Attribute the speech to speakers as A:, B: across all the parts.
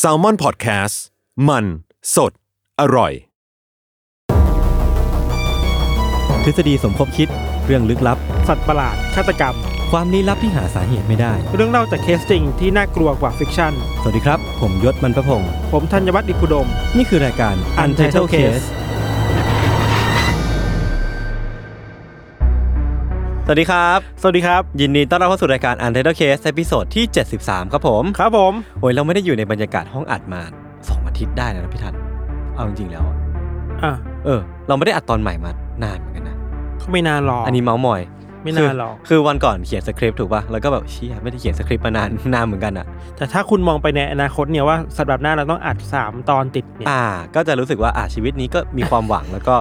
A: s a l ม o n PODCAST มันสดอร่อย
B: ทฤษฎีสมคบคิดเรื่องลึกลับ
C: สัตว์ประหลาด ฆาตกรรม
B: ความลี้ลับที่หาสาเหตุไม่ได้
C: เรื่องเล่าจากเคสจริงที่น่ากลัวกว่าฟิกชั่น
B: สวัสดีครับ ผมยศมันประพงศ์
C: ผมธัญวัฒน์อิพุดม
B: นี่คือรายการ Untitled Case สวัสดีครับ
C: สวัสดีครับ
B: ยินดีต้อนรับเข้าสู่รายการ Untitled Case ตอนที่ 73 ครับผม
C: ครับผม
B: โอ้ยเราไม่ได้อยู่ในบรรยากาศห้องอัดมา 2 อาทิตย์ได้แล้วนะพี่ทัน เอาจริงๆแล้วอะ
C: อ่ะ
B: เออ เราไม่ได้อัดตอนใหม่มานานเหมือนกันนะ
C: ก็ไม่นานหรอก
B: อันนี้เมาส์มอย
C: ไม่นานหรอก
B: คือคือวันก่อนเขียนสคริปต์ถูกป่ะ แล้วก็แบบเชี่ยไม่ได้เขียนสคริปต์มาน าน นานเหมือนกันอ่ะ
C: แต่ถ้าคุณมองไปในอนาคตเนี่ยว่าสัปดาห์หน้าเราต้องอัด 3 ตอนติดเนี่ย
B: อ่า ก็จะรู้สึกว่าอ่าชีวิตนี้ก็มีความหวัง แล้วก็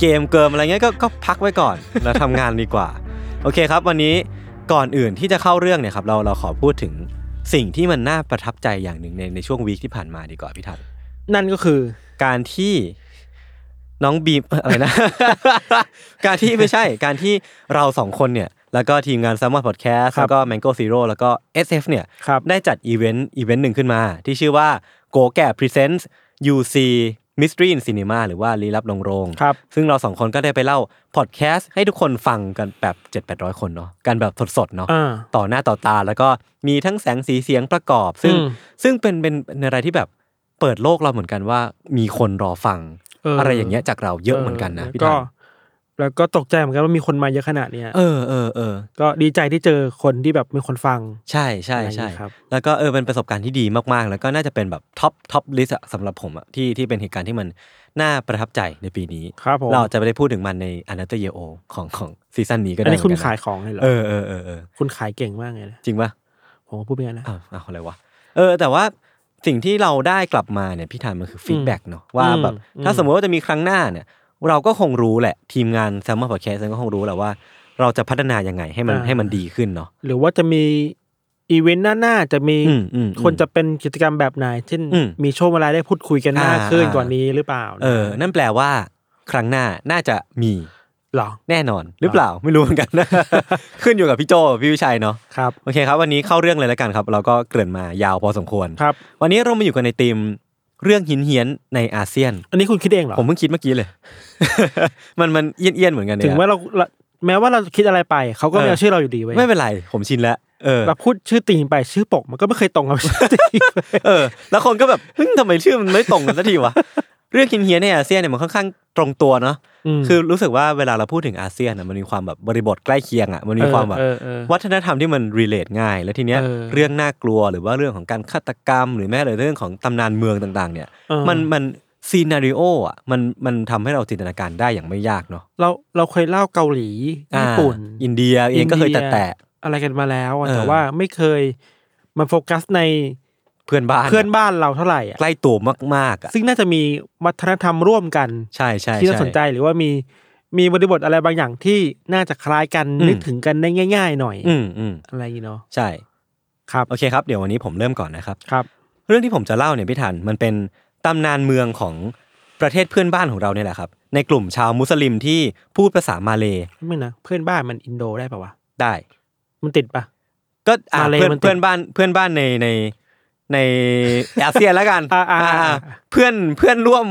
B: เกมเกิมอะไรเงี้ยก็ก็พักไว้ก่อน แล้วทำงานดีกว่า โอเคครับ วันนี้ก่อนอื่นที่จะเข้าเรื่องเนี่ยครับเราเราขอพูดถึงสิ่งที่มันน่าประทับใจอย่างหนึ่งในในช่วงวีคที่ผ่านมาดีกว่าพี่ทัน
C: นั่นก็คือ
B: การที่น้องบีมเอ่ออะไร นะ การที่ไม่ใช่ การที่เราสองคนเนี่ย แล้วก็ทีมงาน s ซ m มอนพอดแคสต์
C: ครับ
B: แล้วก็ Mango Zero แล้วก็ SF เนี่ย
C: ครับ
B: ได้จัดอีเวนต์อีเวนต์หนึ่งขึ้นมา ที่ชื่อว่าโกแก่ Presents UC Mystery in Cinema หรือว่าลี้ลับลงโรง
C: ครับ
B: ซึ่งเราสองคนก็ได้ไปเล่าพอดแคสต์ให้ทุกคนฟังกันแบบ 7 8 0 0 คนเนาะกันแบบสดๆเนาะ
C: อ่า
B: ต่อหน้าต่อตาแล้วก็มีทั้งแสงสีเสียงประกอบ ซึ่ง
C: อืม
B: ซึ่งเป็นเป็นเป็นอะไรที่แบบเปิดโลกเราเหมือนกันว่า มีคนรอฟัง
C: เอออ
B: ไรอย่างเงี้ยจากเราเยอะเหมือนกันนะพี่
C: ก็
B: ทัน
C: แล้วก็ตกใจเหมือนกันว่ามีคนมาเยอะขนาดเนี้ย
B: เออเออเออ
C: ก็ดีใจที่เจอคนที่แบบมีคนฟัง
B: ใช่ใช่ใช่
C: อะไรอย่างงี้ครับ
B: แล้วก็เออเป็นประสบการณ์ที่ดีมากๆ แล้วก็น่าจะเป็นแบบท็อปท็อปลิสต์สำหรับผมอะที่ที่เป็นเหตุการณ์ที่มันน่าประทับใจในปีนี้
C: ครับผม
B: เราจะไม่ได้พูดถึงมันในอนาเตเยโอของของซีซั่นนี้ก็ได้
C: อันนี้คุณ
B: เหมืกั
C: ขายของเลยเหรอ
B: เออเออเออเออ
C: คุณขายเก่งมากเลยนะ
B: จริงปะ
C: ผมก็พูดไปงั้นนะ
B: อ้าวอ้าวอะไรวะ เออ แต่ว่าสิ่งที่เราได้กลับมาเนี่ยพี่ธานมันคือฟีดแบ็กเนาะว่าแบบ
C: อืม
B: ถ้าสมมติว่าจะมีครั้งหน้าเนี่ย เราก็คงรู้แหละ ทีมงานแซมมอนพอดแคสต์ก็คงรู้แหละว่า เราจะพัฒนายังไงให้มันให้มันดีขึ้นเนาะ
C: หรือว่าจะมีอีเวนต์หน้าๆจะมี
B: อืมอืมอืม
C: ควรจะเป็นกิจกรรมแบบไหน เช่น
B: อืม
C: มีช่วงเวลาได้พูดคุยกันมาก
B: อ่า
C: ขึ้น
B: อ่า
C: กว่านี้หรือเปล่า
B: เออ นั่นแปลว่าครั้งหน้าน่าจะมี
C: หรอ
B: แน่นอนหรือเปล่าไม่รู้เหมือน กัน ขึ้นอยู่กับพี่โจพี่วิชัยเนาะ
C: ครับ
B: โอเคครับวันนี้เข้าเรื่องเลยแล้วกันครับ เราก็เกริ่นมายาวพอสมควร
C: ครับ
B: วันนี้เรามาอยู่กันในธีมเรื่องหินเฮียนๆในอาเซียน
C: อันนี้คุณคิดเองเหรอ
B: ผมเพิ่งคิดเมื่อกี้เลย มันมันเอี้ยนๆเหมือนกันเนี่ย
C: ถึงว่าเราเราแม้ว่าเราคิดอะไรไป เขาก็ไม่
B: เออ
C: เอาชื่อเราอยู่ดีเว้ย
B: ไม่เป็นไร ผมชินแล้ว เออ
C: เราพูดชื่อติงไปชื่อปกมันก็ไม่เคยตรงกับ ชื่อติง
B: เออ แล้วคนก็แบบเฮ้ยทำไมชื่อมันไม่ตรงกันสักทีวะ เรื่องกินเฮียในอาเซียนเนี่ยมันค่อนข้างตรงตัวเนาะ
C: ม
B: คือรู้สึกว่าเวลาเราพูดถึงอาเซียนอะมันมีความแบบบริบทใกล้เคียงอะมันมีความแบบ
C: เออเออเออ
B: วัฒนธรรมที่มัน relate ง่าย แล้วทีเนี้ย
C: เออ
B: เรื่องน่ากลัวหรือว่าเรื่องของการฆาตกรรม หรือแม้แต่เรื่องของตำนานเมืองต่าง ๆ เนี่ย
C: เออ
B: มันมันซีนารีโออะมันมันทำให้เราจินตนาการได้อย่างไม่ยากเนาะ
C: เราเราเคยเล่าเกาหลี
B: อ่า
C: ญี่ปุ่น
B: อินเดียเองก็เคย
C: อินเดีย
B: แตะ
C: อะไรกันมาแล้วอะ
B: เออ
C: แต่ว่าไม่เคยมาโฟกัสใน
B: ๆเพื่อนบ้าน
C: เพื่อนบ้านเราเท่าไหร่อ่ะ
B: ใกล้ตัวมากๆอ่ะ
C: ซึ่งน่าจะมีวัฒนธรรมร่วมกัน
B: ใช่ใช่
C: ที่น่า
B: ช่
C: สนใจหรือว่ามีมีบริบทอะไรบางอย่างที่น่าจะคล้ายกัน
B: อืม
C: นึกถึงกันได้ง่าย ๆ หน่อย
B: อืมอืม
C: อะไรอย่างงี้เนาะ
B: ใช่
C: ครับ
B: โอเคครับเดี๋ยววันนี้ผมเริ่มก่อนนะครับ
C: ครับ
B: เรื่องที่ผมจะเล่าเนี่ยพี่ทันมันเป็นตำนานเมืองของประเทศเพื่อนบ้านของเราเนี่ยแหละครับ ในกลุ่มชาวมุสลิมที่พูดภาษามาเลย์
C: ไม่นะเพื่อนบ้านมันอินโดได้ปะวะ
B: ได้
C: มันติดปะ
B: ก็อ่ะ
C: มาเลย์
B: เพื่อน
C: มันติด
B: เพื่อนบ้านเพื่อนบ้านในในในอาเซียนแล้วกัน
C: อ่าอ่าอ่า
B: อ่าเพื่อนเพื่อนร่วม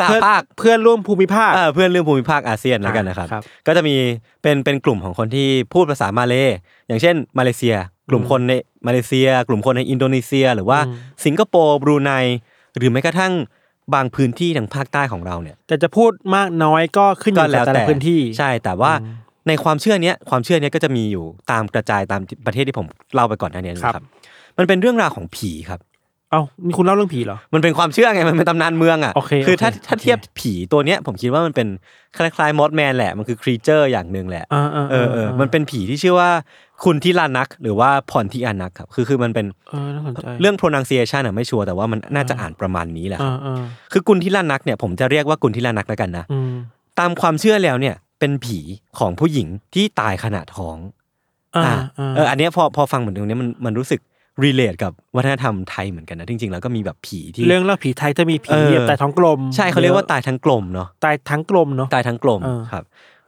B: สห
C: เพื่อน
B: ภาค
C: เพื่อนร่วมภูมิภาค
B: เออเพื่อนร่วมภูมิภาคอาเซียนแล้วกันนะครับ
C: ครับ
B: ก็จะมีเป็นเป็นกลุ่มของคนที่พูดภาษามาเลย์อย่างเช่น มาเลเซีย กลุ่ม
C: อืม
B: คนในมาเลเซีย กลุ่มคนในอินโดนีเซีย หรือว่า
C: อืม
B: สิงคโปร์บรูไนหรือแม้กระทั่งบางพื้นที่ทางภาคใต้ของเราเนี่ย
C: แต่จะพูดมากน้อยก็ขึ้นอ
B: ก็
C: ยู่
B: แล้ว
C: กับแต่
B: แต่
C: ละพื้นที่
B: ใช่แต่ว่าในความเชื่อเนี้ยความเชื่อเนี้ยก็จะมีอยู่ตามกระจายตามประเทศที่ผมเล่าไปก่อนหน้านี้นะครับ มันเป็นเรื่องราวของผีครับ
C: เอ้านี่คุณเล่าเรื่องผีเหรอ
B: มันเป็นความเชื่อไงมันเป็นตำนานเมืองอ่ะ
C: โอเค
B: คือถ้า
C: โอเค
B: ถ้า
C: โอเค
B: เทียบผีตัวเนี้ยผมคิดว่ามันเป็นคล้ายๆมอสแมนแหละมันคือครีเจอร์อย่างหนึ่งแหละ
C: อ่าๆๆ
B: เออเออมันเป็นผีที่ชื่อว่าคุณทิลานัก หรือว่าพรทิอานักครับ คือคือมันเป็น
C: เออน่าสนใจ
B: เรื่อง pronunciation อ่ะไม่ชัวร์แต่ว่ามันน่าจะอ่านประมาณนี้แหละค
C: อ่า
B: รับ
C: ๆอืม
B: คือกุณทิลานักเนี่ยผมจะเรียกว่ากุณทิลานักแล้วกันนะ
C: อืม
B: ตามความเชื่อแล้วเนี่ยเป็นผีของผู้หญิงที่ตายขณะท้อง
C: อ่า
B: อ่า
C: ๆ
B: เอออันเนี้ยพอพอฟังเหมือนตรงเนี้ยมันมันรู้สึก relate กับวัฒนธรรมไทยเหมือนกันนะจริงๆแล้วก็มีแบบผีที่
C: เรื่องเล่าผีไทยจะมีผี
B: เออ
C: เหยียบตายท้องกลม
B: ใช่เขาเรียกว่าตายทั้งกลมเนาะ
C: ตายทั้งกลมเนาะ
B: ตายทั้งกลม
C: เออ
B: ครับ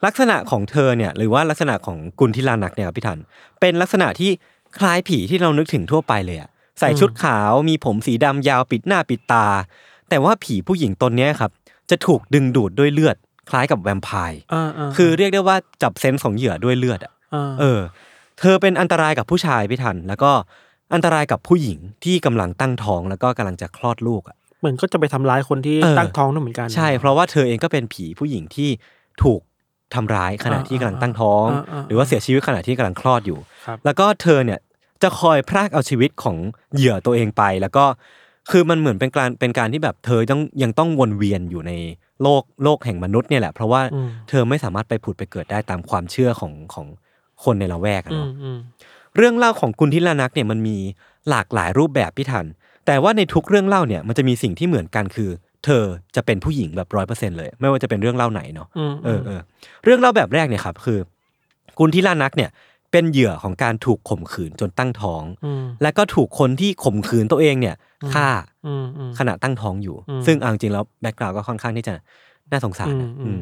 B: ลักษณะของเธอเนี่ยหรือว่าลักษณะของกุลทิลานักเนี่ยครับพี่ทันเป็นลักษณะที่คล้ายผีที่เรานึกถึงทั่วไปเลยอะ ใส่ชุดขาวมีผมสีดำยาวปิดหน้าปิดตา แต่ว่าผีผู้หญิงตนเนี้ยครับ จะถูกดึงดูดด้วยเลือด คล้ายกับแวมไพร์
C: อ่าา
B: คือเรียกได้ว่าจับเซนส์ของเหยื่อด้วยเลือดอะ
C: า
B: เออ เธอเป็นอันตรายกับผู้ชายพี่ทัน แล้วก็อันตรายกับผู้หญิงที่กำลังตั้งท้องแล้วก็กำลังจะคลอดลูกอ่ะ
C: เหมือนก็จะไปทำร้ายคนที่
B: เออ
C: ตั้งท้องด้วยเหมือนกัน
B: ใช่ เพราะว่าเธอเองก็เป็นผีผู้หญิงที่ถูกทำร้ายขณะที่กำลังตั้งท้อง
C: อ่าอ่าอ่า
B: หรือว่าเสียชีวิตขณะที่กำลังคลอดอยู่
C: ครับ
B: แล้วก็เธอเนี่ยจะคอยพรากเอาชีวิตของเหยื่อตัวเองไป แล้วก็คือมันเหมือนเป็นการเป็นการที่แบบเธอต้องยังต้องวนเวียนอยู่ในโลกโลกแห่งมนุษย์เนี่ยแหละ เพราะว่า
C: อืม
B: เธอไม่สามารถไปผุดไปเกิดได้ตามความเชื่อของของคนในละแวกอะ
C: อื
B: เนาะ
C: มอืม
B: เรื่องเล่าของกุนทิลานักเนี่ยมันมีหลากหลายรูปแบบพี่ทัน แต่ว่าในทุกเรื่องเล่าเนี่ยมันจะมีสิ่งที่เหมือนกันคือ เธอจะเป็นผู้หญิงแบบร้อยเปอร์เซ็นเลย ไม่ว่าจะเป็นเรื่องเล่าไหนเนาะ
C: อืม
B: เออเออเรื่องเล่าแบบแรกเนี่ยครับคือ กุนทิลานักเนี่ยเป็นเหยื่อของการถูกข่มขืนจนตั้งท้อง
C: ม
B: และก็ถูกคนที่ข่มขืนตัวเองเนี่ยฆ่า
C: อืมอืม
B: ขณะตั้งท้องอยู่
C: อืม
B: ซึ่งเอาจริงๆแล้วแบ็กกราวก็ค่อนข้างที่จะน่าสงสารนะ
C: อืมอืม
B: อืม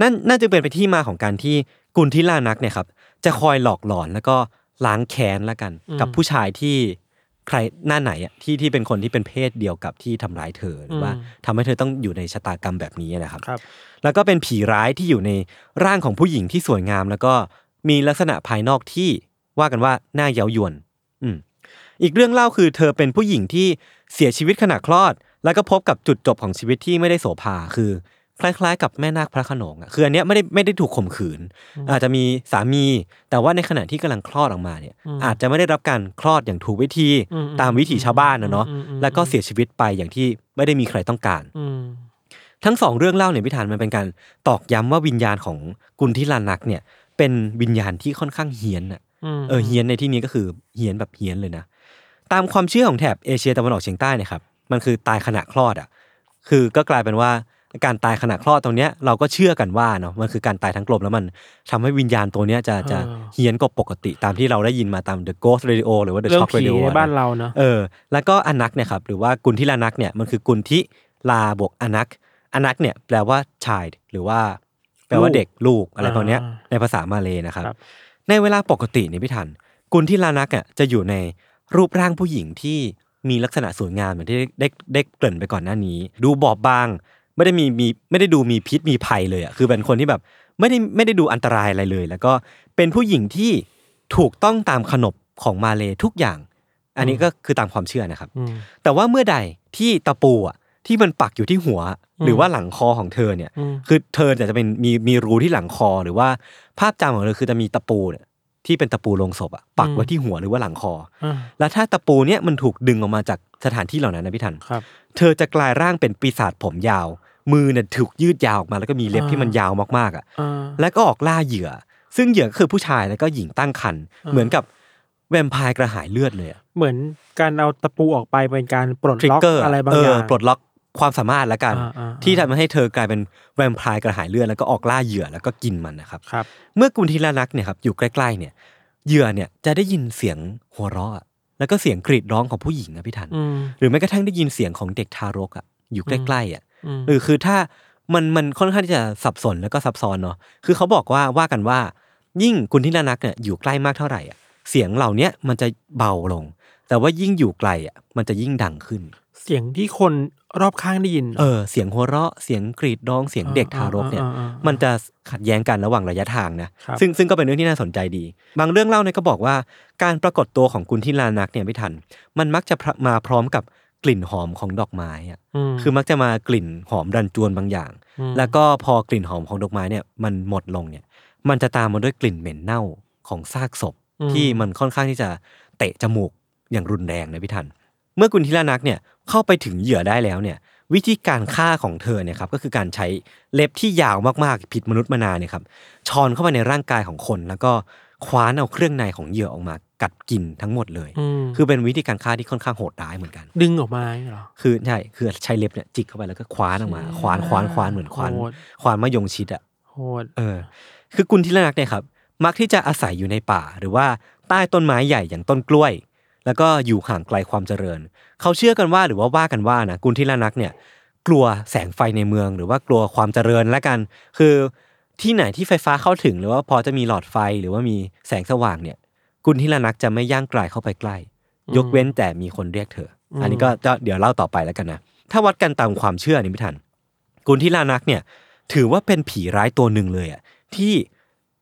B: นั่นน่าจะเป็นไปที่มาของการที่กุนทิลานักเนี่ยครับจะคอยหลอกหลอนแล้วก็ล้างแค้นละกัน กับผู้ชายที่ใครหน้าไหนอ่ะที่ที่เป็นคนที่เป็นเพศเดียวกับที่ทำร้ายเธอหรือว่าทำให้เธอต้องอยู่ในชะตากรรมแบบนี้นะครับ
C: ครับ
B: แล้วก็เป็นผีร้ายที่อยู่ในร่างของผู้หญิงที่สวยงาม แล้วก็มีลักษณะภายนอกที่ว่ากันว่าหน้าเย้ายวน อืมอีกเรื่องเล่าคือเธอเป็นผู้หญิงที่เสียชีวิตขณะคลอด แล้วก็พบกับจุดจบของชีวิตที่ไม่ได้โสภาคือ คล้ายๆ กับแม่นาคพระโขนงอะคืออันเนี้ยไม่ได้ไม่ได้ถูกข่มขืน อาจจะมีสามี แต่ว่าในขณะที่กำลังคลอดออกมาเนี่ย
C: อืม
B: อาจจะไม่ได้รับการคลอดอย่างถูกวิธี
C: อืม
B: ตามวิถีชาวบ้านนะเนาะ
C: อืมอืม
B: แล้วก็เสียชีวิตไปอย่างที่ไม่ได้มีใครต้องการ
C: อืม
B: ทั้งสองเรื่องเล่าเนี่ยพิธานมันเป็นการตอกย้ำว่าวิญญาณของกุนทิลานักเนี่ย เป็นวิญญาณที่ค่อนข้างเฮี้ยนอ่ะ
C: ม
B: เออเฮี้ยนในที่นี้ก็คือเฮี้ยนแบบเฮี้ยนเลยนะ ตามความเชื่อของแถบเอเชียตะวันออกเฉียงใต้เนะครับ มันคือตายขณะคลอดอ่ะคือก็กลายเป็นว่าการตายขณะคลอดตรงเนี้ยเราก็เชื่อกันว่าเนาะมันคือการตายทั้งกลมแล้วมันทำให้วิญญาณตัวเนี้ยจะจะเฮี้ยนกว่าปกติตามที่เราได้ยินมาตาม The Ghost Radio หรือว่า The
C: เรื่อง
B: Shock
C: ผี
B: Radio
C: ใน
B: อะะ
C: บ้านเราเนาะ
B: เออแล้วก็อนักเนี่ยครับหรือว่ากุนทิลานักเนี่ยมันคือกุนทิลาบวกอนักอนักเนี่ยแปลว่าชายหรือว่า แปลว่าเด็กลูกอะไร
C: อ่า
B: ตอนเนี้ยในภาษามาเลยนะครับ
C: ครับ
B: ในเวลาปกติเนี่ยพี่ทัน กุนทิลานักอ่ะจะอยู่ในรูปร่างผู้หญิงที่มีลักษณะสวยงามเหมือนที่ได้ได้ได้เกริ่นไปก่อนหน้านี้ ดูบอบบาง ไม่ได้มีมีไม่ได้ดูมีพิษมีภัยเลยอ่ะคือเป็นคนที่แบบไม่ได้ไม่ได้ดูอันตรายอะไรเลย แล้วก็เป็นผู้หญิงที่ถูกต้องตามขนบของมาเลทุกอย่าง อันนี้ก็คือตามความเชื่อนะครับ
C: อืม
B: แต่ว่าเมื่อใดที่ตะปูอ่ะที่มันปักอยู่ที่หัว
C: อืม
B: หรือว่าหลังคอของเธอเนี่ย
C: อืม
B: คือเธอเนี่ยจะเป็นมีมีรูที่หลังคอหรือว่าภาพจำของเธอคือจะมีตะปูเนี่ยที่เป็นตะปูลงศพอ่ะปัก
C: อืม
B: ไว้ที่หัวหรือว่าหลังคอ
C: อ่า
B: แล้วถ้าตะปูเนี่ยมันถูกดึงออกมาจากสถานที่เหล่านั้นนะพี่ทัน
C: ครับ
B: เธอจะกลายร่างเป็นปีศาจผมยาว มือเนี่ยถูกยืดยาวออกมาแล้วก็มีเล็บ
C: อ่า
B: ที่มันยาวมากๆอ่ะ
C: อ่า
B: แล้วก็ออกล่าเหยื่อ ซึ่งเหยื่อก็คือผู้ชายแล้วก็หญิงตั้งครรภ์
C: อ่า
B: เหมือนกับแวมไพร์กระหายเลือดเลยอะ
C: เหมือนการเอาตะปูออกไปเป็นการปลด
B: ทริ
C: ล็
B: ก
C: อก
B: เกอร์
C: อะไรบางอย่าง
B: ปลดล็อกความสามารถละกัน
C: อ่าอ่าอ่า
B: ที่ทำให้เธอกลายเป็นแวมไพร์กระหายเลือดแล้วก็ออกล่าเหยื่อแล้วก็กินมันนะครับ
C: ครับ
B: เมื่อกุนทีลานักเนี่ยครับอยู่ใกล้ๆเนี่ยเหยื่อเนี่ยจะได้ยินเสียงหัวเราะอะแล้วก็เสียงกรีดร้องของผู้หญิงนะพี่ทัน
C: อืม
B: หรือแม้กระทั่งได้ยินเสียงของเด็กทารกอ่ะอยู่ใกล้ๆอ่ะ
C: อืม
B: หรือคือถ้ามันมันค่อนข้างที่จะสับสนแล้วก็ซับซ้อนเนาะคือเขาบอกว่าว่ากันว่า ยิ่งกุนทิลานักเนี่ยอยู่ใกล้มากเท่าไหร่อ่ะเสียงเหล่าเนี้ยมันจะเบาลง แต่ว่ายิ่งอยู่ไกลอ่ะมันจะยิ่งดังขึ้น
C: เสียงที่คนรอบข้างได้ยิน
B: เออเสียงหัวเราะเสียงกรีดร้องเสียงเด็กทารกเนี่ย
C: อ่าอ่าอ่าอ่ามั
B: มันจะขัดแย้งกันระหว่างระยะทางนะครับ ซึ่งซึ่งก็เป็นเรื่องที่น่าสนใจดี บางเรื่องเล่าเนี่ยก็บอกว่าการปรากฏตัวของกุนทิลานักเนี่ยไม่ทัน มันมักจะพระมาพร้อมกับกลิ่นหอมของดอกไม้อะ
C: ม
B: คือมักจะมากลิ่นหอมรันจวนบางอย่าง
C: อืม
B: แล้วก็พอกลิ่นหอมของดอกไม้เนี่ยมันหมดลงเนี่ย มันจะตามมาด้วยกลิ่นเหม็นเน่าของซากศพ ที่มันค่อนข้างที่จะเตะจมูกอย่างรุนแรงนะพี่ทัน เมื่อกุนทิลานักเนี่ยเข้าไปถึงเหยื่อได้แล้วเนี่ย วิธีการฆ่าของเธอเนี่ยครับก็คือการใช้เล็บที่ยาวมากๆผิดมนุษย์มนาเนี่ยครับชอนเข้าไปในร่างกายของคน แล้วก็คว้านเอาเครื่องในของเหยื่อออกมากัดกินทั้งหมดเลย
C: อืม
B: คือเป็นวิธีการฆ่าที่ค่อนข้างโหดร้ายเหมือนกัน
C: ดึงออกมาอย่างเงี้ยเหรอ
B: คือใช่คือใช้เล็บเนี่ยจิกเข้าไปแล้วก็คว้านออกมา คว้านคว้านคว้านเหมือนคว้าน
C: โหด
B: คว้านมะยงชิดอะ
C: โหด
B: เออคือกุนทิลนักเนี่ยครับมักที่จะอาศัยอยู่ในป่า หรือว่าใต้ต้นไม้ใหญ่อย่างต้นกล้วย แล้วก็อยู่ห่างไกลความเจริญ เขาเชื่อกันว่าหรือว่าว่ากันว่านะกุนทิลนักเนี่ยกลัวแสงไฟในเมือง หรือว่ากลัวความเจริญละกัน คือที่ไหนที่ไฟฟ้าเข้าถึง หรือว่าพอจะมีหลอดไฟหรือว่ามีแสงสว่างเนี่ยกุนทิลนักจะไม่ย่างกลายเข้าไปใกล้ ยกเว้นแต่มีคนเรียกเธออ
C: ม
B: อันนี้ก็จะเดี๋ยวเล่าต่อไปแล้วกันนะ ถ้าวัดกันตามความเชื่อนี่ไม่ทัน กุนทิลานักเนี่ย ถือว่าเป็นผีร้ายตัวหนึ่งเลยอ่ะที่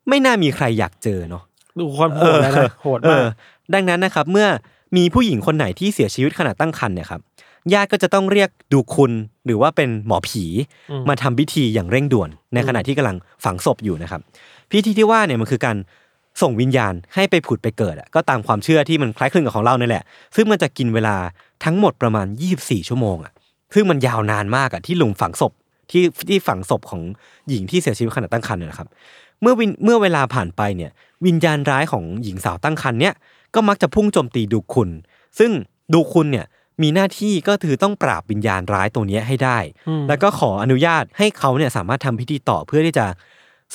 B: ไม่น่ามีใครอยากเจอเนาะ
C: ดูความโหดแล้วนะโหด
B: เอ
C: มาก
B: อดังนั้นนะครับเมื่อมีผู้หญิงคนไหนที่เสียชีวิตขณะตั้งครรภ์เนี่ยครับญาติก็จะต้องเรียกดูคุณหรือว่าเป็นหมอผี
C: อืม
B: มาทำพิธีอย่างเร่งด่วน ในขณะที่กำลังฝังศพอยู่นะครับ พิธีที่ว่าเนี่ยมันคือการส่งวิญญาณให้ไปผุดไปเกิดอะก็ตามความเชื่อที่มันคล้ายคลึงกับของเราเนี่ยแหละ ซึ่งมันจะกินเวลาทั้งหมดประมาณ 24 ชั่วโมงอ่ะซึ่งมันยาวนานมากอ่ะที่หลุมฝังศพที่ที่ฝังศพของหญิงที่เสียชีวิตขณะตั้งครรภ์เนี่ยนะครับ เมื่อวินเมื่อเวลาผ่านไปเนี่ย วิญญาณร้ายของหญิงสาวตั้งครรภ์เนี่ยก็มักจะพุ่งโจมตีดูคุณ ซึ่งดูคุณเนี่ยมีหน้าที่ก็คือต้องปราบวิญญาณร้ายตัวเนี้ยให้ได้
C: อืม
B: แล้วก็ขออนุญาตให้เขาเนี่ยสามารถทำพิธีต่อเพื่อที่จะ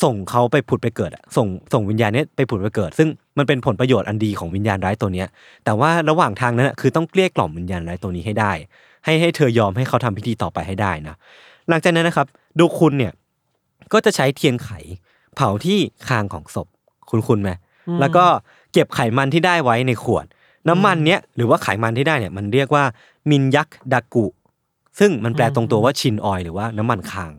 B: ส่งเขาไปผุดไปเกิดอะส่งส่งวิญญาณเนี้ยไปผุดไปเกิด ซึ่งมันเป็นผลประโยชน์อันดีของวิญญาณร้ายตัวเนี้ย แต่ว่าระหว่างทางนั้นอะคือต้องเกลี้ยกล่อมวิญญาณร้ายตัวนี้ให้ได้ ให้ให้เธอยอมให้เขาทำพิธีต่อไปให้ได้นะ หลังจากนั้นนะครับดูคุณเนี่ยก็จะใช้เทียนไข เผาที่คางของศพ คุณคุณไหม
C: อืม
B: แล้วก็เก็บไขมันที่ได้ไว้ในขวด น้ำมันเนี้ยหรือว่าไขมันที่ได้เนี่ยมันเรียกว่ามินยักดากุ ซึ่งมันแปลตรงตัวว่าชินออยหรือว่าน้ำมันคาง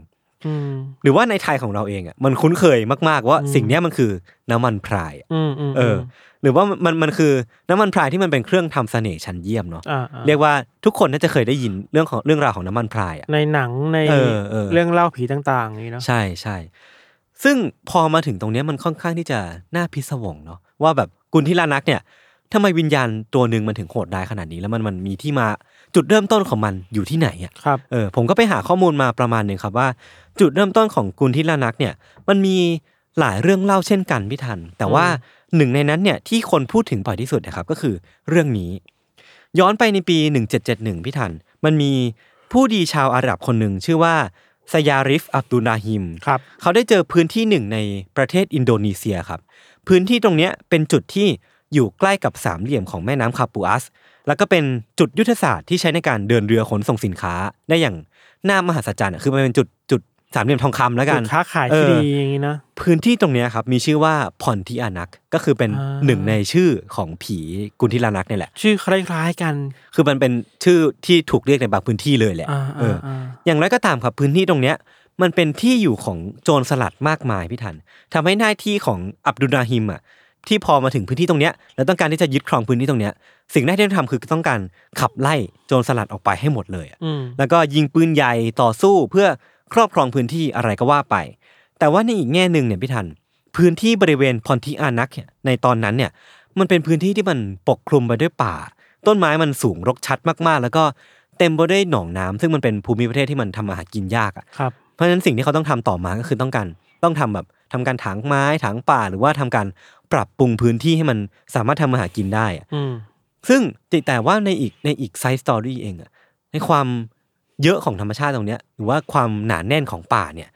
C: อืม
B: หรือว่าในไทยของเราเองอ่ะมันคุ้นเคยมากๆว่า
C: อืม
B: สิ่งเนี้ยมันคือน้ำมันพรายอะ
C: อืมอืม
B: เอออ หรือว่ามันมันคือน้ำมันพรายที่มันเป็นเครื่องทำเสน่ห์ชั้นเยี่ยมเนาะ
C: อ่า
B: เรียกว่าทุกคนน่าจะเคยได้ยินเรื่องของเรื่องราวของน้ำมันพรายอ่ะ
C: ในหนังใน
B: เออเออ
C: เรื่องเล่าผีต่างๆอย่างนี้เนาะ
B: ใช่ใช่ ซึ่งพอมาถึงตรงเนี้ยมันค่อนข้างที่จะน่าพิศวงเนาะว่าแบบกุนทิลานักเนี่ยทำไมวิญญาณตัวหนึ่งมันถึงโหดร้ายขนาดนี้ แล้วมันมันมีที่มาจุดเริ่มต้นของมันอยู่ที่ไหนอ่ะ
C: ครับ
B: เออผมก็ไปหาข้อมูลมาประมาณหนึ่งครับว่า จุดเริ่มต้นของกุนทิลานักเนี่ยมันมีหลายเรื่องเล่าเช่นกันพี่ทัน แต่ว่าหนึ่งในนั้นเนี่ยที่คนพูดถึงบ่อยที่สุดนะครับก็คือเรื่องนี้ ย้อนไปในปี 1771 พี่ทัน มันมีผู้ดีชาวอาหรับคนหนึ่งชื่อว่าซยาริฟ อับดุลนาฮิม
C: ครับ
B: เขาได้เจอพื้นที่หนึ่งในประเทศอินโดนีเซียครับ พื้นที่ตรงเนี้ยเป็นจุดที่อยู่ใกล้กับสามเหลี่ยมของแม่น้ำคาปูอัส แล้วก็เป็นจุดยุทธศาสตร์ที่ใช้ในการเดินเรือขนส่งสินค้าได้อย่างน่ามหัศจรรย์อะคือมันเป็นจุดจุดสามเหลี่ยมทองคำแล้วกั
C: จุ
B: น
C: ดค้าขายที่
B: เออ
C: ดีอย่างนี้นะ
B: พื้นที่ตรงเนี้ยครับมีชื่อว่าพอนทิอานักก็คือเป็น
C: อ่า
B: หนึ่งในชื่อของผีกุนทิลานักเนี่ยแหละ
C: ชื่อคล้ายๆกัน
B: คือมันเป็นชื่อที่ถูกเรียกในบางพื้นที่เลยแหละ
C: อ่า
B: เออ
C: อ่า
B: อย่างไรก็ตามครับพื้นที่ตรงเนี้ยมันเป็นที่อยู่ของโจรสลัดมากมายพี่ทันทำให้หน้าที่ของอับดุลราฮิมอ่ะที่พอมาถึงพื้นที่ตรงเนี้ยแล้วต้องการที่จะยึดครองพื้นที่ตรงเนี้ยสิ่งแรกที่ต้องทำคือต้องการขับไล่โจรสลัดออกไปให้หมดเลยอะ
C: อืม
B: แล้วก็ยิงปืนใหญ่ต่อสู้เพื่อครอบครองพื้นที่อะไรก็ว่าไป แต่ว่าในอีกแง่หนึ่งเนี่ยพี่ทัน พื้นที่บริเวณพอนทิอานักเนี่ยในตอนนั้นเนี่ยมันเป็นพื้นที่ที่มันปกคลุมไปด้วยป่า ต้นไม้มันสูงรกชัดมากๆ แล้วก็เต็มไปด้วยหนองน้ำซึ่งมันเป็นภูมิประเทศที่มันทำอาหารกินยากอะ
C: ครับ
B: เพราะฉะนั้นสิ่งที่เขาต้องทำต่อมาก็คือต้องการต้องทำแบบทำการถางไม้ถางป่า หรือว่าทำการปรับปรุงพื้นที่ให้มันสามารถทำอาหารกินได้อะ
C: อืม
B: ซึ่งแต่ว่าในอีกในอีกไซส์สตอรี่เองอะในความเยอะของธรรมชาติตรงเนี้ยหรือว่าความหนาแน่นของป่าเนี่ย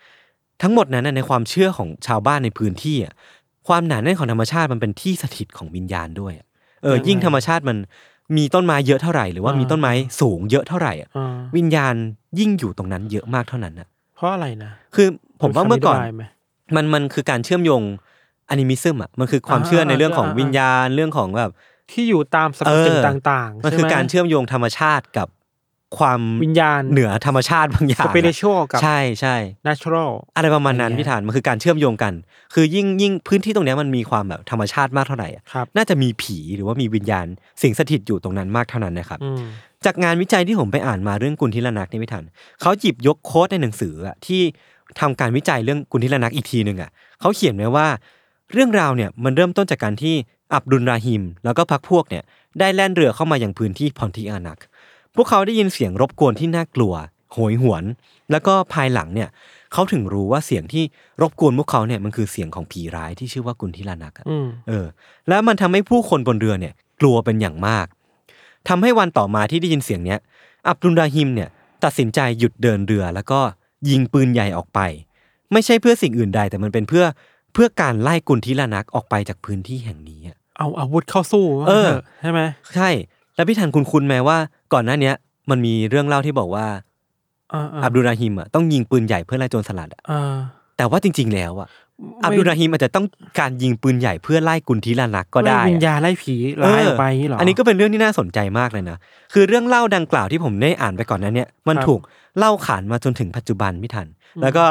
B: ทั้งหมดนั้นนะในความเชื่อของชาวบ้านในพื้นที่อะความหนาแน่นของธรรมชาติมันเป็นที่สถิตของวิญญาณด้วยอะเออยิ่งธรรมชาติมันมีต้นไม้เยอะเท่าไหร่หรือว่ามีต้นไม้สูงเยอะเท่าไหร่อะ
C: อ่า
B: วิญญาณยิ่งอยู่ตรงนั้นเยอะมากเท่านั้นนะ
C: เพราะอะไรนะ
B: คือผมว่าเมื่อก่อน
C: คำธิบยไห
B: มันมันคือการเชื่อมโยงอนิมิซึมอ่ะมันคือความเชื่อในเรื่องของ
C: อ่าอ่า
B: วิญญาณเรื่องของแบบ
C: ที่อยู่ตามสรรพสิ่ง
B: เออ
C: ต่างๆ
B: มัน
C: ใช่
B: คือ
C: ไหม
B: การเชื่อมโยงธรรมชาติกับความ
C: วิญญาณ
B: เหนือธรรมชาติบางอย่า
C: ส
B: ง
C: เปเร
B: อะ
C: ชัลกับ
B: ใช่ใช่
C: natural
B: อะไรประมาณนั้น
C: อะไรเงี้ย
B: พี่ฐานมันคือการเชื่อมโยงกัน คือยิ่งยิ่งพื้นที่ตรงเนี้ยมันมีความแบบธรรมชาติมากเท่าไหร่อะ
C: ครับ
B: น่าจะมีผีหรือว่ามีวิญญาณสิงสถิตอยู่ตรงนั้นมากเท่านั้นนะครับ
C: อืม
B: จากงานวิจัยที่ผมไปอ่านมาเรื่องกุนทิลนักเนี่ยพี่ทันเขาหยิบยกโค้ดในหนังสืออะที่ทำการวิจัยเรื่องกุนทิลนักอีกทีหนึ่งอ่ะเขาเขียนไว้ว่า เรื่องราวเนี่ยมันเริ่มต้นจากการที่อับดุลราฮิม แล้วก็พรรคพวกเนี่ยได้แล่นเรือเข้ามาอย่างพื้นที่พอนทิอานัก พวกเขาได้ยินเสียงรบกวนที่น่ากลัว โหยหวน แล้วก็ภายหลังเนี่ยเขาถึงรู้ว่าเสียงที่รบกวนพวกเขาเนี่ยมันคือเสียงของผีร้ายที่ชื่อว่ากุนทิลนักอะ
C: อืม
B: เออแล้วมันทำให้ผู้คนบนเรือเนี่ยกลัวเป็นอย่างมากทำให้วันต่อมาที่ได้ยินเสียงเนี้ยอับดุลราฮิมเนี่ยตัดสินใจหยุดเดินเรือแล้วก็ยิงปืนใหญ่ออกไป ไม่ใช่เพื่อสิ่งอื่นใด แต่มันเป็นเพื่อเพื่อการไล่กุนทิลานักออกไปจากพื้นที่แห่งนี้อะ
C: เอาอาวุธเข้าสู้ว่า
B: เออ
C: ถะใช่ไหม
B: ใช่ แล้วพี่ทันคุณคุณไหมว่าก่อนหน้าเนี้ยมันมีเรื่องเล่าที่บอกว่า
C: อ่าๆ
B: อับดุลราฮิมอ่ะต้องยิงปืนใหญ่เพื่อไล่โจรสลัดอะ
C: อ่า
B: แต่ว่าจริง ๆ แล้วอ่ะ อับดุลราฮิมอาจจะต้องการยิงปืนใหญ่เพื่อไล่กุนทิลานักก็ได้
C: ไล่วิญ
B: อะ
C: ญาณไล่ผีร้ายออกไปนี่หรอ
B: เอั
C: อั
B: นนี้ก็เป็นเรื่องที่น่าสนใจมากเลยนะ คือเรื่องเล่าดังกล่าวที่ผมได้อ่านไปก่อนนั้นเนี่ย มัน
C: ครับ
B: ถูกเล่าขานมาจนถึงปัจจุบันพี่ทัน แล้วก็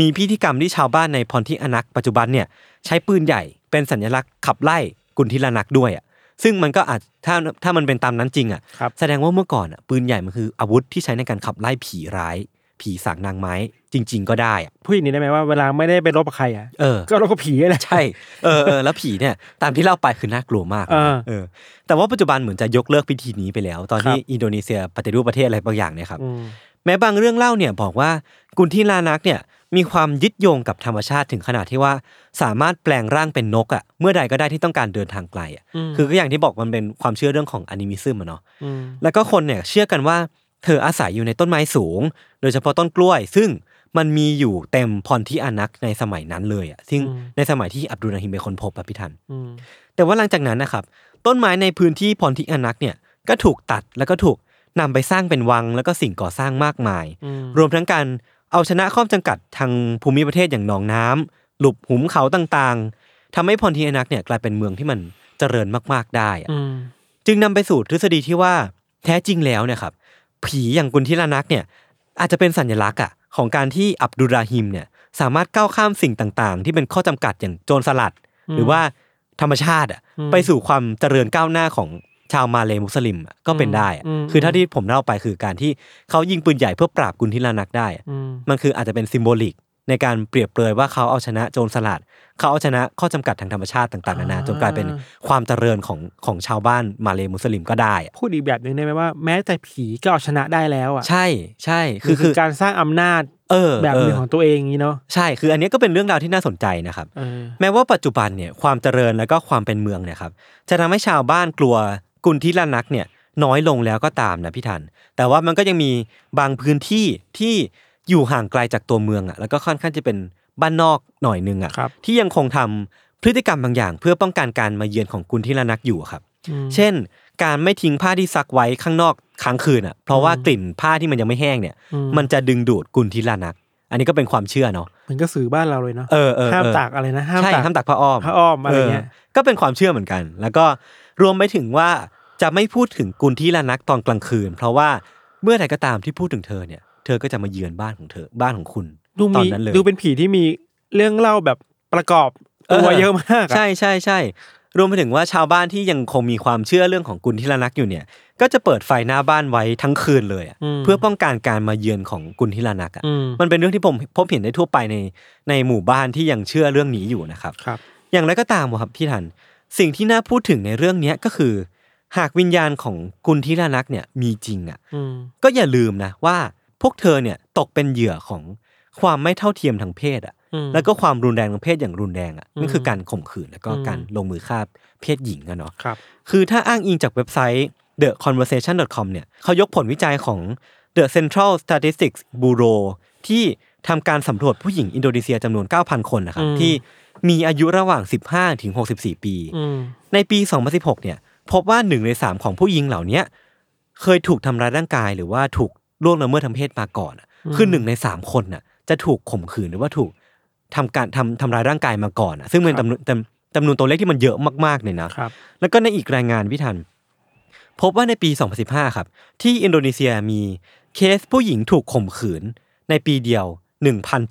B: มีพิธีกรรมที่ชาวบ้านในพรที่อนักปัจจุบันเนี่ยใช้ปืนใหญ่เป็นสัญลักษณ์ขับไล่กุนทิลานักด้วยอ่ะ ซึ่งมันก็อาจถ้าถ้ามันเป็นตามนั้นจริงอ่ะ
C: ครับ
B: แสดงว่าเมื่อก่อนอ่ะปืนใหญ่มันคืออาวุธที่ใช้ในการขับไล่ผีร้าย ผีสางนางไม้จริง ๆ ก็ได้อ่ะ
C: พูดอย่างนี้ได้ไหมว่าเวลาไม่ได้ไปรบกับใครอ่ะ
B: เออ
C: ก็รบกับผีแหละ
B: ใช่ เออเออแล้วผีเนี่ยตามที่เล่าไปคือน่ากลัวมากนะ
C: เออ
B: เออ แต่ว่าปัจจุบันเหมือนจะยกเลิกพิธีนี้ไปแล้ว ตอนที่
C: ครับ
B: อินโดนีเซียปฏิรูปประเทศอะไรบางอย่างเนี่ยครับ
C: อืม
B: แม้บางเรื่องเล่าเนี่ยบอกว่ากุนทิลานักเนี่ยมีความยึดโยงกับธรรมชาติถึงขนาดที่ว่าสามารถแปลงร่างเป็นนกอะ่ะเมื่อใดก็ได้ที่ต้องการเดินทางไกลอะ่ะคือก็อย่างที่บอกมันเป็นความเชื่อเรื่องของอนิมิซึมอะเนาะ
C: ม
B: แล้วก็คนเนี่ยเชื่อกันว่าเธออาศัยอยู่ในต้นไม้สูง โดยเฉพาะต้นกล้วย ซึ่งมันมีอยู่เต็มพรที่อานักในสมัยนั้นเลยอะ่ะซึ่ง ในสมัยที่อับดุลราฮิมเป็นคนพบอะพิทัน
C: อืม
B: แต่ว่าหลังจากนั้นนะครับ ต้นไม้ในพื้นที่พรทิอานักเนี่ยก็ถูกตัดแล้วก็ถูกนำไปสร้างเป็นวังแล้วก็สิ่งก่อสร้างมากมาย
C: อืม
B: รวมทั้งการเอาชนะข้อจำกัดทางภูมิประเทศอย่างหนองน้ำหลุบหุมเขาต่างๆทำให้พรทิอานักเนี่ยกลายเป็นเมืองที่มันเจริญมากๆได้อะ
C: อืม
B: จึงนำไปสู่ทฤษฎีที่ว่าแท้จริงแล้วเนี่ยครับผีอย่างกุนทิลานักเนี่ยอาจจะเป็นสัญลักษณ์อะของการที่อับดุลราฮิมเนี่ยสามารถก้าวข้ามสิ่งต่างๆ ที่เป็นข้อจำกัดอย่างโจรสลัด หรือว่าธรรมชาติอะ
C: อืม
B: ไปสู่ความเจริญก้าวหน้าของชาวมาเลย์มุสลิมอะก็เป็นได้อะ
C: อืม
B: คือเท่าที่ผมเล่าไปคือการที่เขายิงปืนใหญ่เพื่อปราบกุนทิลานักได้อะ
C: อืม
B: มันคืออาจจะเป็นซิมโบลิก ในการเปรียบเปรยว่าเขาเอาชนะโจรสลัดเขาเอาชนะข้อจำกัดทางธรรมชาติต่างๆนานาจนกลายเป็นความเจริญของของชาวบ้านมาเลย์มุสลิมก็ได้อะ
C: พูดอีกแบบหนึ่งได้ไหมว่าแม้แต่ผีก็เอาชนะได้แล้วอ่ะ
B: ใช่ใช่คื
C: คือ อ
B: คื
C: คือ อการสร้างอำนาจ
B: เออ
C: แบบหนึ่
B: เอ
C: ง
B: อ
C: ของตัวเองอย่างนี้เนาะ
B: ใช่คืออันเนี้ยก็เป็นเรื่องราวที่น่าสนใจนะครับ
C: เออ
B: แม้ว่าปัจจุบันเนี่ยความเจริญแล้วก็ความเป็นเมืองเนี่ยครับจะทำให้ชาวบ้านกลัวกุนทิลานักเนี่ยน้อยลงแล้วก็ตามนะพี่ทัน แต่ว่ามันก็ยังมีบางพื้นที่ที่อยู่ห่างไกลจากตัวเมืองอ่ะแล้วก็ค่อนข้างจะเป็นบ้านนอกหน่อยนึงอ่ะ
C: ครับ
B: ที่ยังคงทำพฤติกรรมบางอย่าง เพื่อป้องกันการมาเยือนของกุนทิลานักอยู่อะครับ
C: อืม
B: เช่น การไม่ทิ้งผ้าที่ซักไว้ข้างนอกค้างคืนอ่ะเพราะว่ากลิ่นผ้าที่มันยังไม่แห้งเนี่ย
C: อืม
B: มันจะดึงดูดกุนทิลานัก อันนี้ก็เป็นความเชื่อเนาะ
C: เหมือนก็สื่อบ้านเราเลยเนาะ
B: เออเออเออ
C: ห้ามตากอะไรนะห้าม
B: ใช่
C: ตาก
B: ห้ามตักผ้าอ้อม
C: ผ้าอ้อมอะไรเงี้ย
B: ก็เป็นความเชื่อเหมือนกัน แล้วก็รวมไปถึงว่าจะไม่พูดถึงกุนที่ลานักตอนกลางคืน เพราะว่าเมื่อใดก็ตามที่พูดถึงเธอเนี่ย เธอก็จะมาเยือนบ้านของเธอบ้านของคุณ
C: ดู
B: ตอน
C: มี
B: นั้นเลย
C: ดูเป็นผีที่มีเรื่องเล่าแบบประกอบตัวเยอะมากอะ
B: ใช่ใช่ใช่รวมไปถึงว่าชาวบ้านที่ยังคงมีความเชื่อเรื่องของกุนทิลานักอยู่เนี่ย ก็จะเปิดไฟหน้าบ้านไว้ทั้งคืนเลยอะ
C: ม
B: เพื่อป้องกันการมาเยือนของกุนทิลานักอะ
C: อืม
B: มันเป็นเรื่องที่ผมพบเห็นได้ทั่วไปในในหมู่บ้านที่ยังเชื่อเรื่องนี้อยู่นะครับ
C: ครับ
B: อย่างไรก็ตามอะครับพี่ทัน สิ่งที่น่าพูดถึงในเรื่องเนี้ยก็คือ หากวิญญาณของกุนทิรานักเนี่ยมีจริงอ่ะ
C: อืม
B: ก็อย่าลืมนะว่าพวกเธอเนี่ยตกเป็นเหยื่อของความไม่เท่าเทียมทางเพศอ่ะ
C: อืม
B: แล้วก็ความรุนแรงทางเพศอย่างรุนแรงอ่ะ
C: อืม
B: นั่นคือการข่มขืนแล้วก็
C: อืม
B: การลงมือฆ่าเพศหญิงอะเนาะ
C: ครับ
B: คือถ้าอ้างอิงจากเว็บไซต์ the conversation com เนี่ยเขายกผลวิจัยของ the central statistics bureau ที่ทำการสำรวจผู้หญิงอินโดนีเซียจำนวน 9,000 คนนะครับที่ มีอายุระหว่าง 15 ถึง 64 ปี
C: อืม
B: ในปี 2016 เนี่ย พบว่าหนึ่งในสามของผู้หญิงเหล่าเนี้ยเคยถูกทำร้ายร่างกายหรือว่าถูกล่วงละเมิดทางเพศมาก่อนอะคือหนึ่งในสามคนน่ะจะถูกข่มขืนหรือว่าถูกทำการทำทำร้ายร่างกายมาก่อนอะซึ่งเป็นจำนวนจำจำนวนตัวเลขที่มันเยอะมากๆเลยนะ
C: ครับ
B: แล้วก็ในอีกรายงานพิทัน พบว่าในปี 2015 ครับ ที่อินโดนีเซียมีเคสผู้หญิงถูกข่มขืน ในปีเดียว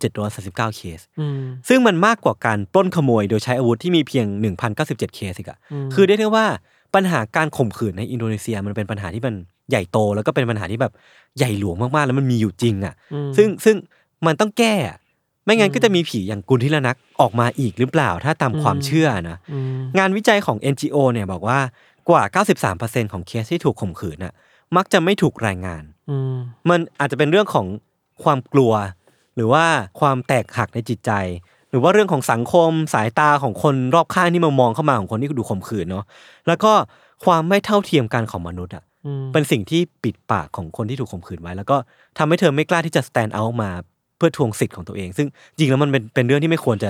B: 1,739 เคส
C: อืม
B: ซึ่งมันมากกว่าการปล้นขโมยโดยใช้อาวุธที่มีเพียง 1,097 เคสอีกอะ
C: ม
B: คือได้ได้ว่าปัญหาการข่มขืนในอินโดนีเซียมันเป็นปัญหาที่มันใหญ่โต แล้วก็เป็นปัญหาที่แบบใหญ่หลวงมากๆ แล้วมันมีอยู่จริงอะ
C: ม
B: ซึ่งซึ่งมันต้องแก้อะไม่งั้น
C: อืม
B: ก็จะมีผีอย่างกุนทิลนักออกมาอีกหรือเปล่าถ้าตามความ
C: อืม
B: เชื่อนะ
C: อืม
B: งานวิจัยของ NGO เนี่ยบอกว่ากว่า 93%ของเคสที่ถูกข่มขืนน่ะมักจะไม่ถูกรายงาน
C: อืม
B: มันอาจจะเป็นเรื่องของความกลัว หรือว่าความแตกหักในจิตใจ หรือว่าเรื่องของสังคมสายตาของคนรอบข้างที่มามองเข้ามาของคนที่ดูข่มขืนเนาะแล้วก็ความไม่เท่าเทียมกันของมนุษย์อ่ะ
C: อืม
B: เป็นสิ่งที่ปิดปากของคนที่ถูกข่มขืนไว้ แล้วก็ทำให้เธอไม่กล้าที่จะ stand out มาเพื่อทวงสิทธิ์ของตัวเอง ซึ่งจริงแล้วมันเป็นเป็นเรื่องที่ไม่ควรจะ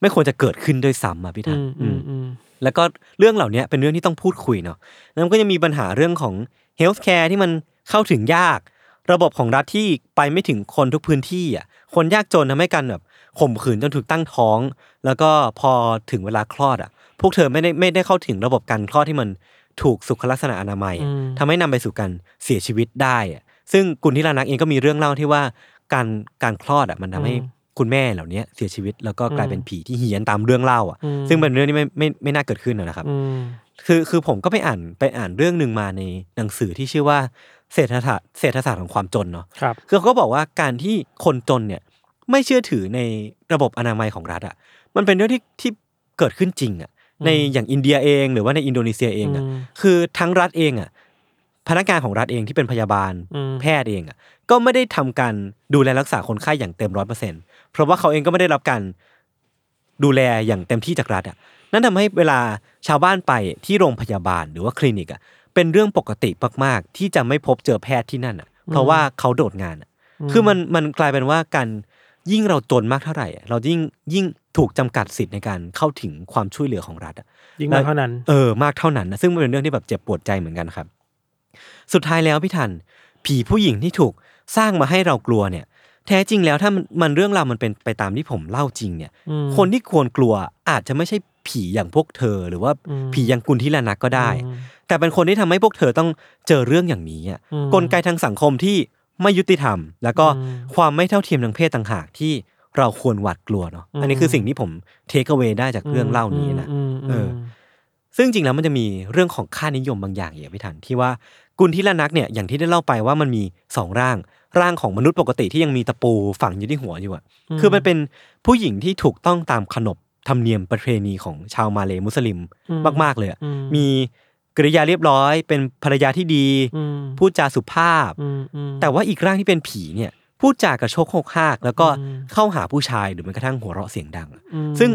B: ไม่ควรจะเกิดขึ้นด้วยซ้ำอ่ะพี่ทัน
C: อืม
B: อื
C: อื
B: ม
C: มอืม
B: แล้วก็เรื่องเหล่านี้เป็นเรื่องที่ต้องพูดคุยเนาะ แล้วมันก็ยังมีปัญหาเรื่องของเฮลท์แคร์ที่มันเข้าถึงยาก ระบบของรัฐที่ไปไม่ถึงคนทุกพื้นที่อ่ะ คนยากจนทำให้การแบบ ข่มขืนจนถูกตั้งท้อง แล้วก็พอถึงเวลาคลอดอ่ะ พวกเธอไม่ได้ไม่ได้เข้าถึงระบบการคลอดที่มันถูกสุขลักษณะอนามัยอะ
C: อืม
B: ทำให้นำไปสู่การเสียชีวิตได้อะซึ่งกุณทิรานักเองก็มีเรื่องเล่าที่ว่าการการคลอดอ่ะมันทำให้
C: อืม
B: คุณแม่เหล่านี้เสียชีวิตแล้วก็กลายเป็น
C: อืม
B: ผีที่เฮี้ยนตามเรื่องเล่าอ่ะ
C: อืม
B: ซึ่งเป็นเรื่องที่ไม่ไม่ไม่น่าเกิดขึ้นอะนะครับ
C: อืม
B: คือคือผมก็ไปอ่านไปอ่านเรื่องหนึ่งมาในหนังสือที่ชื่อว่าเศรษฐศาสตร์เศรษฐศาสตร์ของความจนเนาะ
C: ครับ
B: คือเขาก็บอกว่าการที่คนจนเนี่ยไม่เชื่อถือในระบบอนามัยของรัฐอ่ะมันเป็นเรื่องที่ที่เกิดขึ้นจริงอ่ะในอย่างอินเดียเอง หรือว่าในอินโดนีเซียเองอ่ะ
C: ม
B: คือทั้งรัฐเองอ่ะพนักงานของรัฐเองที่เป็นพยาบาล
C: อืม
B: แพทย์เองอ่ะก็ไม่ได้ทำการดูแลรักษาคนไข้อย่างเต็มร้อยเปอร์เซ็นเพราะว่าเขาเองก็ไม่ได้รับการดูแลอย่างเต็มที่จากรัฐอ่ะนั่นทำให้เวลาชาวบ้านไปที่โรงพยาบาลหรือว่าคลินิกอ่ะเป็นเรื่องปกติมากๆ ที่จะไม่พบเจอแพทย์ที่นั่นอ่ะ เพราะว่าเขาโดดงานอ่ะ คือมันมันกลายเป็นว่าการยิ่งเราจนมากเท่าไหร่อ่ะเรายิ่งยิ่งถูกจำกัดสิทธิ์ในการเข้าถึงความช่วยเหลือของรัฐอ่ะ
C: ยิ่งมากเท่านั้น
B: เออมากเท่านั้นนะซึ่งมันเป็นเรื่องที่แบบเจ็บปวดใจเหมือนกันครับ สุดท้ายแล้วพี่ทัน ผีผู้หญิงที่ถูกสร้างมาให้เรากลัวเนี่ย แท้จริงแล้วถ้ามันมันเรื่องราวมันเป็นไปตามที่ผมเล่าจริงเนี่ย
C: อืม
B: คนที่ควรกลัวอาจจะไม่ใช่ผีอย่างพวกเธอ หรือว่า
C: อืม
B: ผีอย่างกุลทิลานักก็ได้
C: อืม
B: แต่เป็นคนที่ทำให้พวกเธอต้องเจอเรื่องอย่างนี้อะ
C: อืม
B: กลไกทางสังคมที่ไม่ยุติธรรม แล้วก็
C: อืม
B: ความไม่เท่าเทียมทางเพศต่างหากที่เราควรหวาดกลัวเนาะอันนี้คือสิ่งที่ผมเทคเอาไว้ได้จากเรื่องเล่านี้นะ
C: มม
B: เออ ซึ่งจริงแล้วมันจะมีเรื่องของค่านิยมบางอย่างอย่างพี่ทันที่ว่ากุลทิลนักเนี่ยอย่างที่ได้เล่าไปว่ามันมีสองร่าง ร่างของมนุษย์ปกติที่ยังมีตะปูฝังอยู่ที่หัวอยู่อะ
C: ม
B: คือมันเป็นผู้หญิงที่ถูกต้องตามขนบธรรมเนียมประเพณีของชาวมาเลย์มุสลิม
C: อื
B: มากๆเลยอะ
C: อื
B: มีกริยาเรียบร้อย เป็นภรรยาที่ดี
C: อืม
B: พูดจาสุภาพ
C: อืมอืม
B: แต่ว่าอีกร่างที่เป็นผีเนี่ยพูดจากระโชกโคกหาก แล้วก็
C: อืม
B: เข้าหาผู้ชายหรือแม้กระทั่งหัวเราะเสียงดังอะ
C: อืม
B: ซึ่ง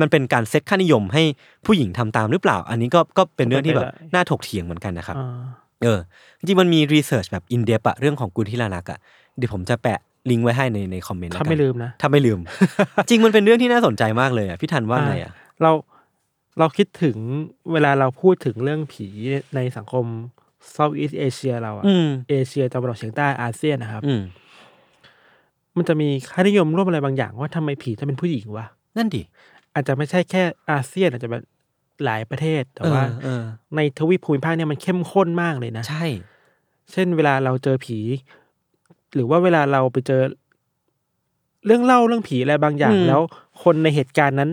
B: มันเป็นการเซตค่านิยมให้ผู้หญิงทำตามหรือเปล่า อันนี้ก็ก็เป็นเรื่องที่แบบ
C: ก็เป็นไปได้
B: น่าถกเถียงเหมือนกันนะครับ
C: อ่า
B: เออ จริงๆมันมีรีเสิร์ชแบบอินเดียปะเรื่องของกุลทิลานักอะเดี๋ยวผมจะแปะลิงก์ไว้ให้ในในคอมเมนต์แล้ว
C: ถ้า
B: กัน
C: ไม่ลืมนะ
B: ถ้าไม่ลื ม จริงมันเป็นเรื่องที่น่าสนใจมากเลยอะพี่ทันว่า
C: อ่า
B: ไงอะ
C: เราเราคิดถึงเวลาเราพูดถึงเรื่องผีในสังคมเซาท์อีสเอเชียเราอะ
B: อืม
C: เอเชียตะวันออกเฉียงใต้อาเซียนนะครับ
B: อืม
C: มันจะมีค่านิยมร่วมอะไรบางอย่างว่าทำไมผีต้องเป็นผู้หญิงวะ
B: นั่นดิ
C: อาจจะไม่ใช่แค่อาเซียนอาจจะแบบหลายประเทศ แต่
B: เอ
C: ว่า
B: อเออ
C: ในทวีปภูมิภาคเนี่ยมันเข้มข้นมากเลยนะ
B: ใช่
C: เช่นเวลาเราเจอผี หรือว่าเวลาเราไปเจอ เรื่องเล่าเรื่องผีอะไรบางอย่าง
B: อืม
C: แล้ว คนในเหตุการณ์นั้น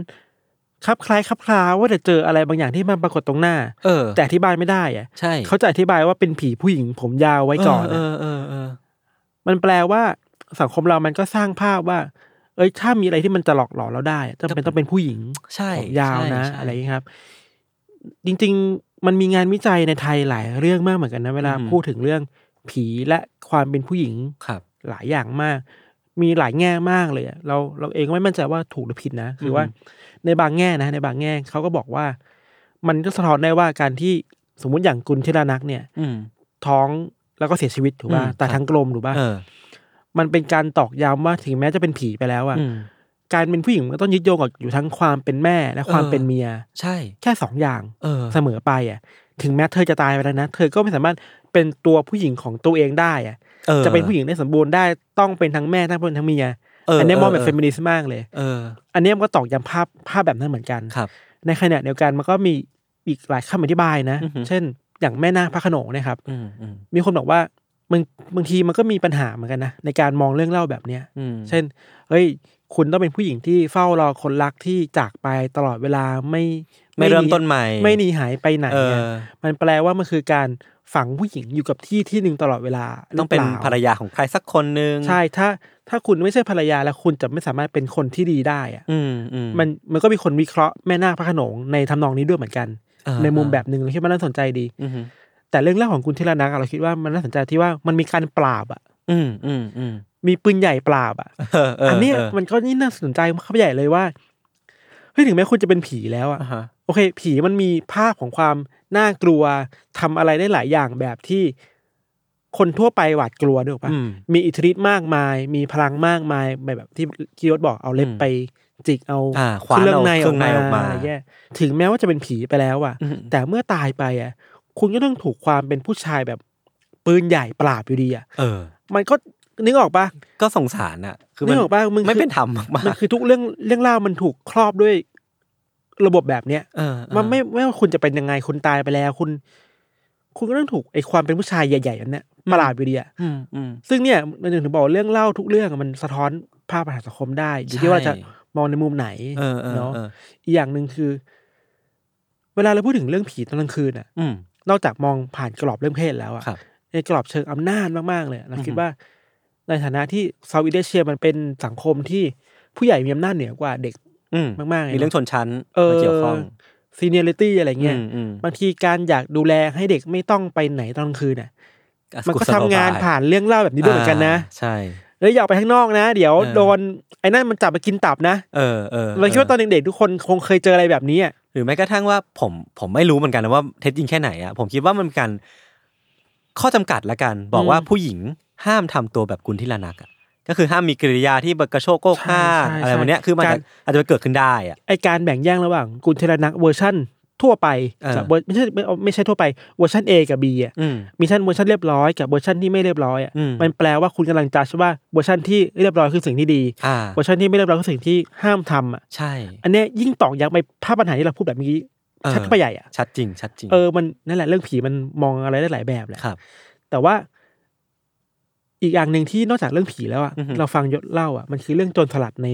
C: คลับคล้ายคลับคลาว่าแต่เจออะไรบางอย่างที่มันปรากฏตรงหน้า
B: เออ
C: แต่อธิบายไม่ได้อะ
B: ใช่
C: เขาจะอธิบายว่าเป็นผีผู้หญิงผมยาวไว้ก่อน
B: เออ
C: อะ
B: เออเออ
C: มันแปลว่าสังคมเรามันก็สร้างภาพว่า เอ้ยถ้ามีอะไรที่มันจะหลอกหลอนเราได้จำเป็นต้องเป็นผู้หญิง
B: ใช่
C: ผมยาวนะ
B: ใช่
C: อะไรอย่างนี้ครับ จริง ๆ มันมีงานวิจัยในไทยหลายเรื่องมากเหมือนกันนะเวลา
B: อืม
C: พูดถึงเรื่องผีและความเป็นผู้หญิง
B: ครับ
C: หลายอย่างมาก มีหลายแง่มากเลยอะเราเราเองก็ไม่มั่นใจว่าถูกหรือผิดนะคือว่า
B: อืม
C: ในบางแง่นะ ในบางแง่เขาก็บอกว่า มันก็สะท้อนได้ว่าการที่สมมุติอย่างกุลธิรานักเนี่ย
B: อืม
C: ท้องแล้วก็เสียชีวิตถูกป่ะ
B: อืม
C: ตา
B: ครับ
C: ทั้งกลมถูกป่ะ
B: เออ
C: มันเป็นการตอกย้ำว่าถึงแม้จะเป็นผีไปแล้วอะ
B: อืม
C: การเป็นผู้หญิงมันก็ต้องยึดโยงกับอยู่ทั้งความเป็นแม่และความ
B: เออ
C: เป็นเมีย
B: ใช่
C: แค่สองอย่าง
B: เออ
C: เสมอไปอ่ะ ถึงแม้เธอจะตายไปแล้วนะ เธอก็ไม่สามารถเป็นตัวผู้หญิงของตัวเองได้อ่ะ
B: ออ
C: จะเป็นผู้หญิงได้สมบูรณ์ได้ต้องเป็นทั้งแม่ทั้งเป็นทั้งเมีย
B: เออ
C: อันนี้มองแบบ
B: เ
C: เฟมินิสต์มากเลย
B: เออ
C: อันนี้มันก็ตอกย้ำภาพภาพแบบนั้นเหมือนกัน
B: ครับ
C: ในขณะเดียวกันมันก็มีอีกหลายคำอธิบายนะ
B: อือหือ
C: เช่น อย่างแม่นาคพระโขนงเนะครับ
B: อืมอืม
C: มีคนบอกว่าบางบางทีมันก็มีปัญหาเหมือนกันนะในการมองเรื่องเล่าแบบเนี้ย
B: อืม
C: เช่น เฮ้ย คุณต้องเป็นผู้หญิงที่เฝ้ารอคนรักที่จากไปตลอดเวลาไม่
B: ไม่เริ่มต้น
C: ห
B: ใหม่
C: ไม่หนีหายไปไหน
B: เอ
C: อะ
B: อ
C: มันแปลว่ามันคือการฝังผู้หญิงอยู่กับที่ที่หนึ่งตลอดเวลา
B: ต้องเป็น
C: หล่
B: ภรรยาของใครสักคนหนึ่ง
C: ใช่ ถ้า ถ้าคุณไม่ใช่ภรรยาแล้วคุณจะไม่สามารถเป็นคนที่ดีได้อะ
B: อืมอืม
C: มันมันก็มีคนวิเคราะห์แม่นาคพระโขนงในทำนองนี้ด้วยเหมือนกัน
B: เออ
C: ในมุมแบบหนึ่งเราคิดว่าน่าสนใจดี
B: อืมฮึ
C: แต่เรื่องเล่าของคุณธีรนักเราคิดว่ามันน่าสนใจที่ว่ามันมีการปราบอ่ะ
B: อืมอืมอืม
C: มีปืนใหญ่ปราบอ่ะ
B: เออเออ
C: อั
B: อั
C: นเนี้ยมันก็ยิ่งน่าสนใจเข้าไปใหญ่เลยว่าเฮ้ยถึงแม้คุณจะเป็นผีแล้วอะโอเค ผีมันมีภาพของความน่ากลัวทำอะไรได้หลายอย่างแบบที่คนทั่วไปหวาดกลัวด้วยปะ
B: อืม
C: มีอิทธิฤทธิ์มากมาย มีพลังมากมายแบบที่กิยศบอกเอาเล็บ
B: อืม
C: ไป จิกเอา
B: อ่าขวาน
C: เครื่อง
B: เอา
C: ใน
B: เค
C: อ
B: รื่
C: อ
B: อก งใน
C: มา
B: ออกมา
C: อะไรแย่ถึงแม้ว่าจะเป็นผีไปแล้วอะ
B: อืม
C: แต่เมื่อตายไปอะคุณก็ต้องถูกความเป็นผู้ชายแบบปืนใหญ่ปราบอยู่ดีอะ
B: เออ
C: มันก็ นึกออกปะ
B: ก็สงสารอ่ะ คือ
C: นึกออกปะมึงคือ
B: ไม่เป็นธรรมมา
C: มัน
B: ก
C: คือทุกเรื่องเรื่องเล่าวมันถูกครอบด้วยระบบแบบเนี้ย
B: ๆเออ
C: มันไม่ไม่ว่าคุณจะเป็นยังไงคุณตายไปแล้ว คุณ คุณก็ต้องถูกไอความเป็นผู้ชายใหญ่ๆนั้นเนี่ยประหลาดอยู่ดีอะ
B: อืมอืม
C: ซึ่งเนี่ยมันถึงบอกว่าเรื่องเล่าทุกเรื่องอะมันสะท้อนภาพปัญหาสังคมได้ อยู่ที่ว่าจะ
B: ใช่
C: มองในมุมไหน
B: เออเออ
C: อะ
B: เออ
C: อีกอย่างหนึ่งคือ เวลาเราพูดถึงเรื่องผีตอนกลางคืนอะ
B: อืม
C: นอกจากมองผ่านกรอบเรื่องเพศแล้วอะ
B: ครับ
C: ในกรอบเชิงอำนาจมาก ๆ เลยเรา
B: อือฮึ
C: คิดว่า ในฐานะที่เซาท์อีเดเชียมันเป็นสังคมที่ผู้ใหญ่มีอำนาจเหนือกว่าเด็ก
B: อืม
C: มากๆลย
B: มีเรื่องชนชั้น
C: เออ
B: มาเกี่ยวข้อง
C: ซีเนียริตี้อะไรเงี้ย
B: อืมอืม
C: บางทีการอยากดูแลให้เด็กไม่ต้องไปไหนตอนกลางคืนน่ะ
B: อ่ะ
C: มัน
B: กุ
C: ก็
B: ศ
C: ทำ
B: โลบย
C: งานผ่านเรื่องเล่าแบบนี้ด้วยเหมือนกันนะ
B: าใช่
C: เอ้ยอย่าออกไปข้างนอกนะ เดี๋ยว
B: เออ
C: โดนไอ้นั่นมันจับมากินตับนะ
B: เออเออ
C: เราคิดว่าตอนเด็กๆทุกคนคงเคยเจออะไรแบบนี้อะ
B: หรือแม้กระทั่งว่าผมผมไม่รู้เหมือนกันนะว่าเท็จจริงแค่ไหนอ่ะผมคิดว่ามันเป็นการข้อจำกัดละกัน บอกว่าผู้หญิงห้ามทำตัวแบบคุณที่ลานักอ่ะก็คือห้ามมีกิริยาที่แบบกระโชกโกกห้างอะไรวันเนี้ยคือมันอาจจะอาจจะเกิดขึ้นได้อ่ะ
C: ไอการแบ่งแยกระหว่างกุลเทรนักเวอร์ชั่น ทั่วไป
B: เออ
C: กับเวอร์ไม่ใช่ไม่ไม่ใช่ทั่วไปเวอร์ชัน A กับ B อะ
B: อืม
C: มีชั่นเวอร์ชันเรียบร้อยกับเวอร์ชันที่ไม่เรียบร้อยอ่ะ
B: อืม
C: มันแปลว่าคุณกำลังจัดว่าเวอร์ชันที่เรียบร้อยคือสิ่งที่ดี
B: อ่า
C: เวอร์ชันที่ไม่เรียบร้อยคือสิ่งที่ห้ามทำอ่ะ
B: ใช่
C: อันเนี้ยยิ่งตอกย้ำไปภาพปัญหาที่เราพูดแบบเมื่อกี้
B: เออ
C: ชัดเข้าไปใหญ่อ่ะ
B: ชัดจริง ชัดจริง
C: เออมันนั่นแหละเรื่องผีมันมองอะไรได้หลายแบบแหละ
B: ครับ
C: แต่ว่า อีกอย่างหนึ่งที่นอกจากเรื่องผีแล้วอ่ะ
B: อือฮึ
C: เราฟังยศเล่าอ่ะมันคือเรื่องโจรสลัดใน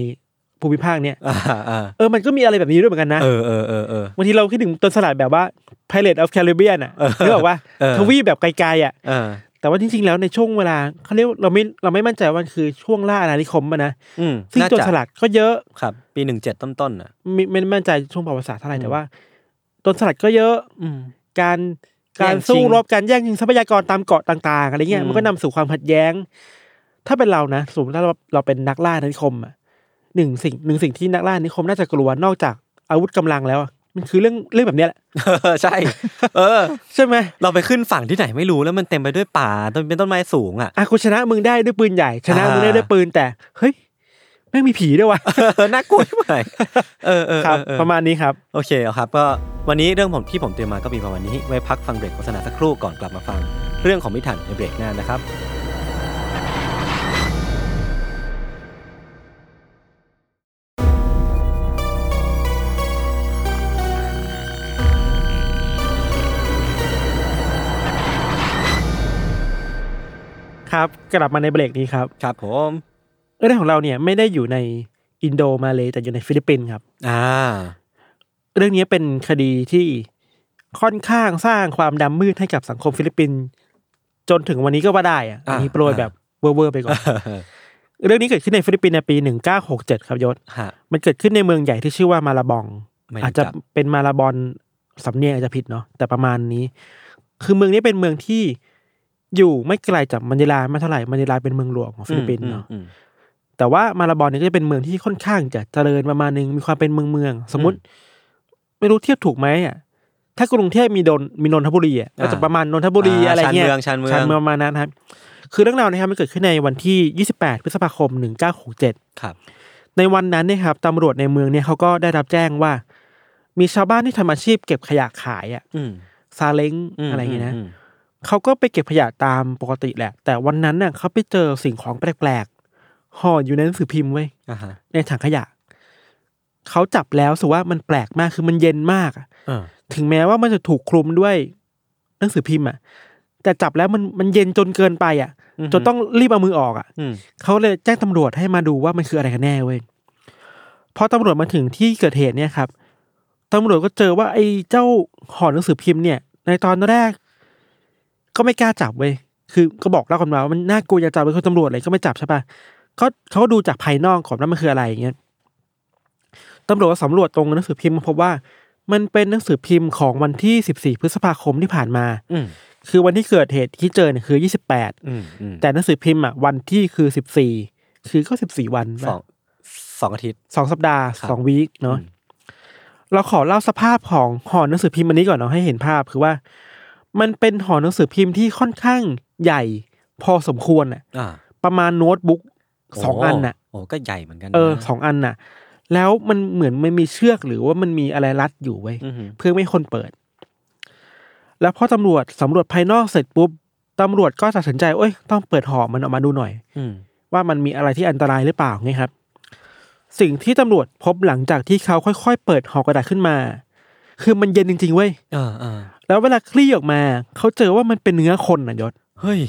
C: ภูมิภาคเนี่ย
B: อ่าอ่า
C: เออมันก็มีอะไรแบบนี้ด้วยเหมือนกันนะ
B: เออเออเออเออ
C: บางทีเราคิดถึงโจรสลัดแบบว่า Pirate of Caribbean อ่ะ
B: เออ
C: นึกออกว่า
B: เออ
C: ทวีปแบบไกลๆอ่ะ
B: เออ
C: แต่ว่าจริงๆ แล้วในช่วงเวลาเขาเรียกว่าเราไม่เราไม่มั่นใจว่ามันคือช่วงล่าอาณานิคมปะนะ
B: อืม
C: ซึ่ง
B: น่า
C: โจร
B: จะ
C: สลัดก็เยอะ
B: ครับปีหนึ่งเจ็ดต้นต้นอ่ะ
C: ไม่ไม่มั่นใจช่วงประวัติศาสตร์เท่าไหร่
B: อืม
C: แต่ว่าโจรสลัดก็เยอะ
B: อืม
C: การกา
B: แย่
C: ร
B: งชิง
C: สู้รบการแย่งชิงทรัพยากรตามเกาะต่างๆอะไรเงี้
B: อื
C: ย
B: ม
C: มันก็นำสู่ความขัดแย้ง ถ้าเป็นเรานะสมมติถ้าเราเราเป็นนักล่าอาณานิคมอะหนึ่งสิ่งหนึ่งสิ่งที่นักล่าอาณานิคมน่าจะกลัวนอกจากอาวุธกำลังแล้วอะมันคือเรื่องเรื่องแบบเนี้ยแหละ
B: เออใช่ เออ
C: ใช่ไหม
B: เราไปขึ้นฝั่งที่ไหนไม่รู้แล้วมันเต็มไปด้วยป่าต้นเป็นต้นไม้สูงอ่ะ
C: อ่ะกูชนะมึงได้ด้วยปืนใหญ่ชนะมึงได้ด้วยปืนแต่เฮ้ยไม่งมีผีด้วยวะ
B: เอ อน่ากลัวที่ไหนเออเออ
C: ครับ
B: เออ
C: ประมาณนี้ครับ
B: โอเคเอาครับ ก็วันนี้เรื่องผมที่ผมเตรียมมาก็มีประมาณนี้ ไว้พักฟังเบรกโฆษณาสักครู่ก่อนกลับมาฟัง เรื่องของมิถันในเบรกหน้านะครับ
C: ครับกลับมาในเบรกนี้ครับ
B: ครับผม
C: เรื่องของเราเนี่ยไม่ได้อยู่ในอินโดมาเลยแต่อยู่ในฟิลิปปินส์ครับ
B: อ่า
C: เรื่องนี้เป็นคดีที่ค่อนข้างสร้างความดำมืดให้กับสังคมฟิลิปปินส์จนถึงวันนี้ก็ว่าได้อะอันนี้
B: อ่า
C: โปรยแบบเวอร์ๆไปก่อน
B: เออ
C: เรื่องนี้เกิดขึ้นในฟิลิปปินส์ในปี 1967 ครับยศ
B: ฮะ
C: มันเกิดขึ้นในเมืองใหญ่ที่ชื่อว่ามาลาบอง
B: ไม่รู้จัก
C: อาจจะเป็นมาลาบอนสำเนียงอาจจะผิดเนาะแต่ประมาณนี้ คือเมืองนี้เป็นเมืองที่อยู่ไม่ไกลจากมะนิลาไม่เท่าไหร่มะนิลาเป็นเมืองหลวงของฟิลิปปินส์เนาะ
B: อืม
C: แต่ว่ามาลาบอนเนี่ยก็จะเป็นเมืองที่ค่อนข้างจะเจริญประมาณหนึ่งมีความเป็นเมืองเมืองๆสมมติ ไม่รู้เทียบถูกไหมอ่ะถ้ากรุงเทพมีดนมีนนทบุรีอ่ะก็จะ
B: อ่า
C: ประมาณนนทบุรี
B: อ่า
C: อะไรเงี้ย
B: ชานเมืองชานเมือง
C: ประมาณนั้นครับ คือเรื่องราวนะครับมันเกิดขึ้นในวันที่ 28 พฤษภาคม 1967
B: ครับ
C: ในวันนั้นเนี่ยครับตำรวจในเมืองเนี่ยเขาก็ได้รับแจ้งว่า มีชาวบ้านที่ทำอาชีพเก็บขยะขายอ่ะ
B: อืม
C: ซาเล้ง
B: ม
C: อะไรอย่างเงี้ยนะ
B: อืม
C: เขาก็ไปเก็บขยะตามปกติแหละ แต่วันนั้นน่ะเขาไปเจอสิ่งของแปลกๆห่ออยู่ในหนังสือพิมพ์ไว้ย
B: อ่าฮะ
C: ในถังขยะ เขาจับแล้วสึกว่ามันแปลกมากคือมันเย็นมากอะ
B: เออ
C: ถึงแม้ว่ามันจะถูกคลุมด้วยหนังสือพิมพ์อ่ะ แต่จับแล้วมันมันเย็นจนเกินไปอ่ะ
B: ม
C: จนต้องรีบเอามือออกอ่ะ
B: อืม
C: เขาเลยแจ้งตำรวจให้มาดูว่ามันคืออะไรกันแน่เว้ยพอตำรวจมาถึงที่เกิดเหตุเนี่ยครับตำรวจก็เจอว่าไอ้เจ้าห่อหนังสือพิมพ์เนี่ย ในตอนแรก ก็ไม่กล้าจับเว้ยคือก็บอกเล่ากันมาว่ามันน่ากลัวอย่าจับเลยคุณตำรวจเลยก็ไม่จับใช่ปะก็เขาก็ดูจากภายนอกก่อนว่ามันคืออะไรอย่างเงี้ย ตำรวจก็สำรวจตรงหนังสือพิมพ์มาพบว่า มันเป็นหนังสือพิมพ์ของวันที่ 14 พฤษภาคมที่ผ่านมา
B: อืม
C: คือวันที่เกิดเหตุที่เจอเนี่ยคือ 28
B: อืมอืม
C: แต่หนังสือพิมพ์อ่ะวันที่คือ 14 คือก็ 14 วัน
B: สองสองอาทิตย์
C: สองสัปดาห์
B: ครับ
C: สองวีคเนาะ
B: อืม
C: เราขอเล่าสภาพของห่อหนังสือพิมพ์อันนี้ก่อนเนาะให้เห็นภาพคือว่า มันเป็นห่อหนังสือพิมพ์ที่ค่อนข้างใหญ่พอสมควรอ่ะ
B: อ่า
C: ประมาณโน้ตบุ๊กสองอันน่ะ
B: โอ้ก็ใหญ่เหมือนกันนะ
C: เออสองอันน่ะ แล้วมันเหมือนมันมีเชือกหรือว่ามันมีอะไรรัดอยู่เว้ย
B: อืม
C: เพื่อไม่ให้คนเปิด แล้วพอตำรวจสำรวจภายนอกเสร็จปุ๊บ ตำรวจก็ตัดสินใจโอ้ยต้องเปิดห่อมันออกมาดูหน่อย
B: อืม
C: ว่ามันมีอะไรที่อันตรายหรือเปล่าไงครับ สิ่งที่ตำรวจพบหลังจากที่เขาค่อยๆ เปิดห่อกระดาษขึ้นมา คือมันเย็นจริงๆเว้ย
B: เออเออ
C: แล้วเวลาคลี่ออกมา เขาเจอว่ามันเป็นเนื้อคนน่ะยศ
B: เฮ้ย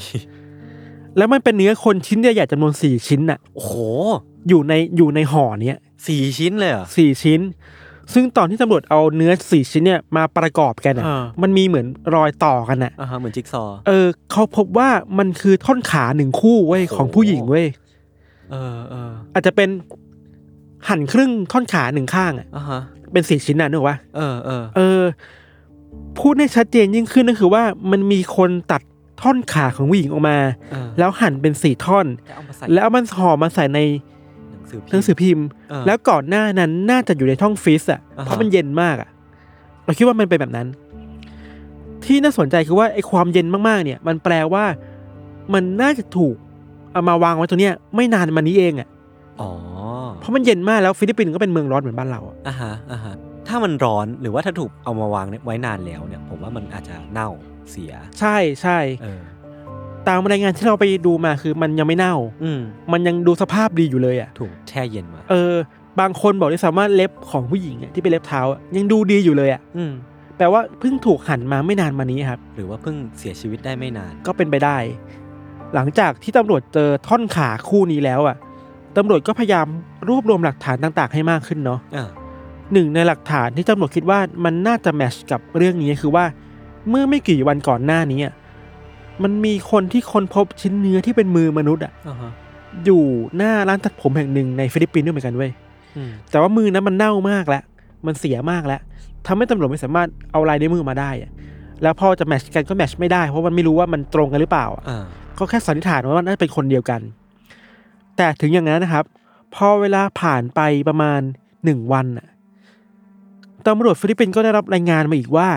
C: แล้วมันเป็นเนื้อคนชิ้นใหญ่ๆจำนวนสี่ชิ้นน่ะ
B: โอ้โห
C: อยู่ในอยู่ในห่อเนี้ย
B: สี่ชิ้นเลยเหรอ
C: สี่ชิ้น ซึ่งตอนที่ตำรวจเอาเนื้อสี่ชิ้นเนี่ยมาประกอบกันน่ะ
B: อ่า
C: มันมีเหมือนรอยต่อกันน่ะ
B: อ่าฮะเหมือนจิ๊กซอว์
C: เออเขาพบว่ามันคือท่อนขาหนึ่งคู่เว้ย
B: โอ้โห
C: ของผู้หญิงเว้ย
B: เออเออ
C: อาจจะเป็นหั่นครึ่งท่อนขาหนึ่งข้างอ่ะ
B: อ่าฮะ
C: เป็นสี่ชิ้นน่ะนึกว่า
B: เออเออ
C: เออ พูดให้ชัดเจนยิ่งขึ้นก็คือว่ามันมีคนตัดท่อนขาของผู้หญิงออกมา
B: เออ
C: แล้วหั่นเป็นสี่ท่อน
B: จะเอามาใส่
C: แล้วเอามันห่อมาใส่ใน
B: หนังสือพิมพ์
C: หนัง
B: เอ
C: สือพิมพ์
B: อ
C: แล้วก่อนหน้านั้นน่าจะอยู่ในท่องฟรีซอ่ะ
B: อ่าฮะ
C: เพราะมันเย็นมากอ่ะ เราคิดว่ามันเป็นแบบนั้น ที่น่าสนใจคือว่าไอ้ความเย็นมากๆ เนี่ย มันแปลว่า มันน่าจะถูกเอามาวางไว้ตรงเนี้ยไม่นานมานี้เองอ่ะ
B: อ๋อ
C: เพราะมันเย็นมากแล้วฟิลิปปินส์ก็เป็นเมืองร้อนเหมือนบ้านเราอะ
B: อ่าฮะอ่าฮะถ้ามันร้อนหรือว่าถ้าถูกเอามาวางไว้นานแล้วเนี่ย ผมว่ามันอาจจะเน่าเสีย
C: ใช่ใช่
B: เออ
C: ตามรายงานที่เราไปดูมาคือมันยังไม่เน่า
B: อืม
C: มันยังดูสภาพดีอยู่เลยอ่ะ
B: ถูกแช่เย็นมา
C: เออ บางคนบอกด้วยซ้ำว่าเล็บของผู้หญิงอะที่เป็นเล็บเท้าอะยังดูดีอยู่เลยอ่ะ
B: อืม
C: แปลว่าเพิ่งถูกหั่นมาไม่นานมานี้ครับ
B: หรือว่าเพิ่งเสียชีวิตได้ไม่นาน
C: ก็เป็นไปได้ หลังจากที่ตำรวจเจอท่อนขาคู่นี้แล้วอ่ะตำรวจก็พยายามรวบรวมหลักฐานต่างๆ ให้มากขึ้นเนาะ
B: อ่า
C: หนึ่งในหลักฐานที่ตำรวจคิดว่ามันน่าจะแมชกับเรื่องนี้คือว่า เมื่อไม่กี่วันก่อนหน้านี้อะมันมีคนที่ค้นพบชิ้นเนื้อที่เป็นมือมนุษย์อ่ะ
B: อ่าฮะ
C: อยู่หน้าร้านตัดผมแห่งหนึ่งในฟิลิปปินส์ด้วยเหมือนกันเว้ย
B: อืม
C: แต่ว่ามือนั้นมันเน่ามากแล้วมันเสียมากแล้วทำให้ตำรวจไม่สามารถเอาลายนิ้วมือมาได้อะแล้วพอจะแมชกันก็แมชไม่ได้เพราะมันไม่รู้ว่ามันตรงกันหรือเปล่าอะ
B: อ่า
C: ก็แค่สันนิษฐานว่าน่าจะเป็นคนเดียวกัน แต่ถึงอย่างนั้นนะครับ พอเวลาผ่านไปประมาณหนึ่งวันน่ะตำรวจฟิลิปปินส์ก็ได้รับรายงานมาอีกว่า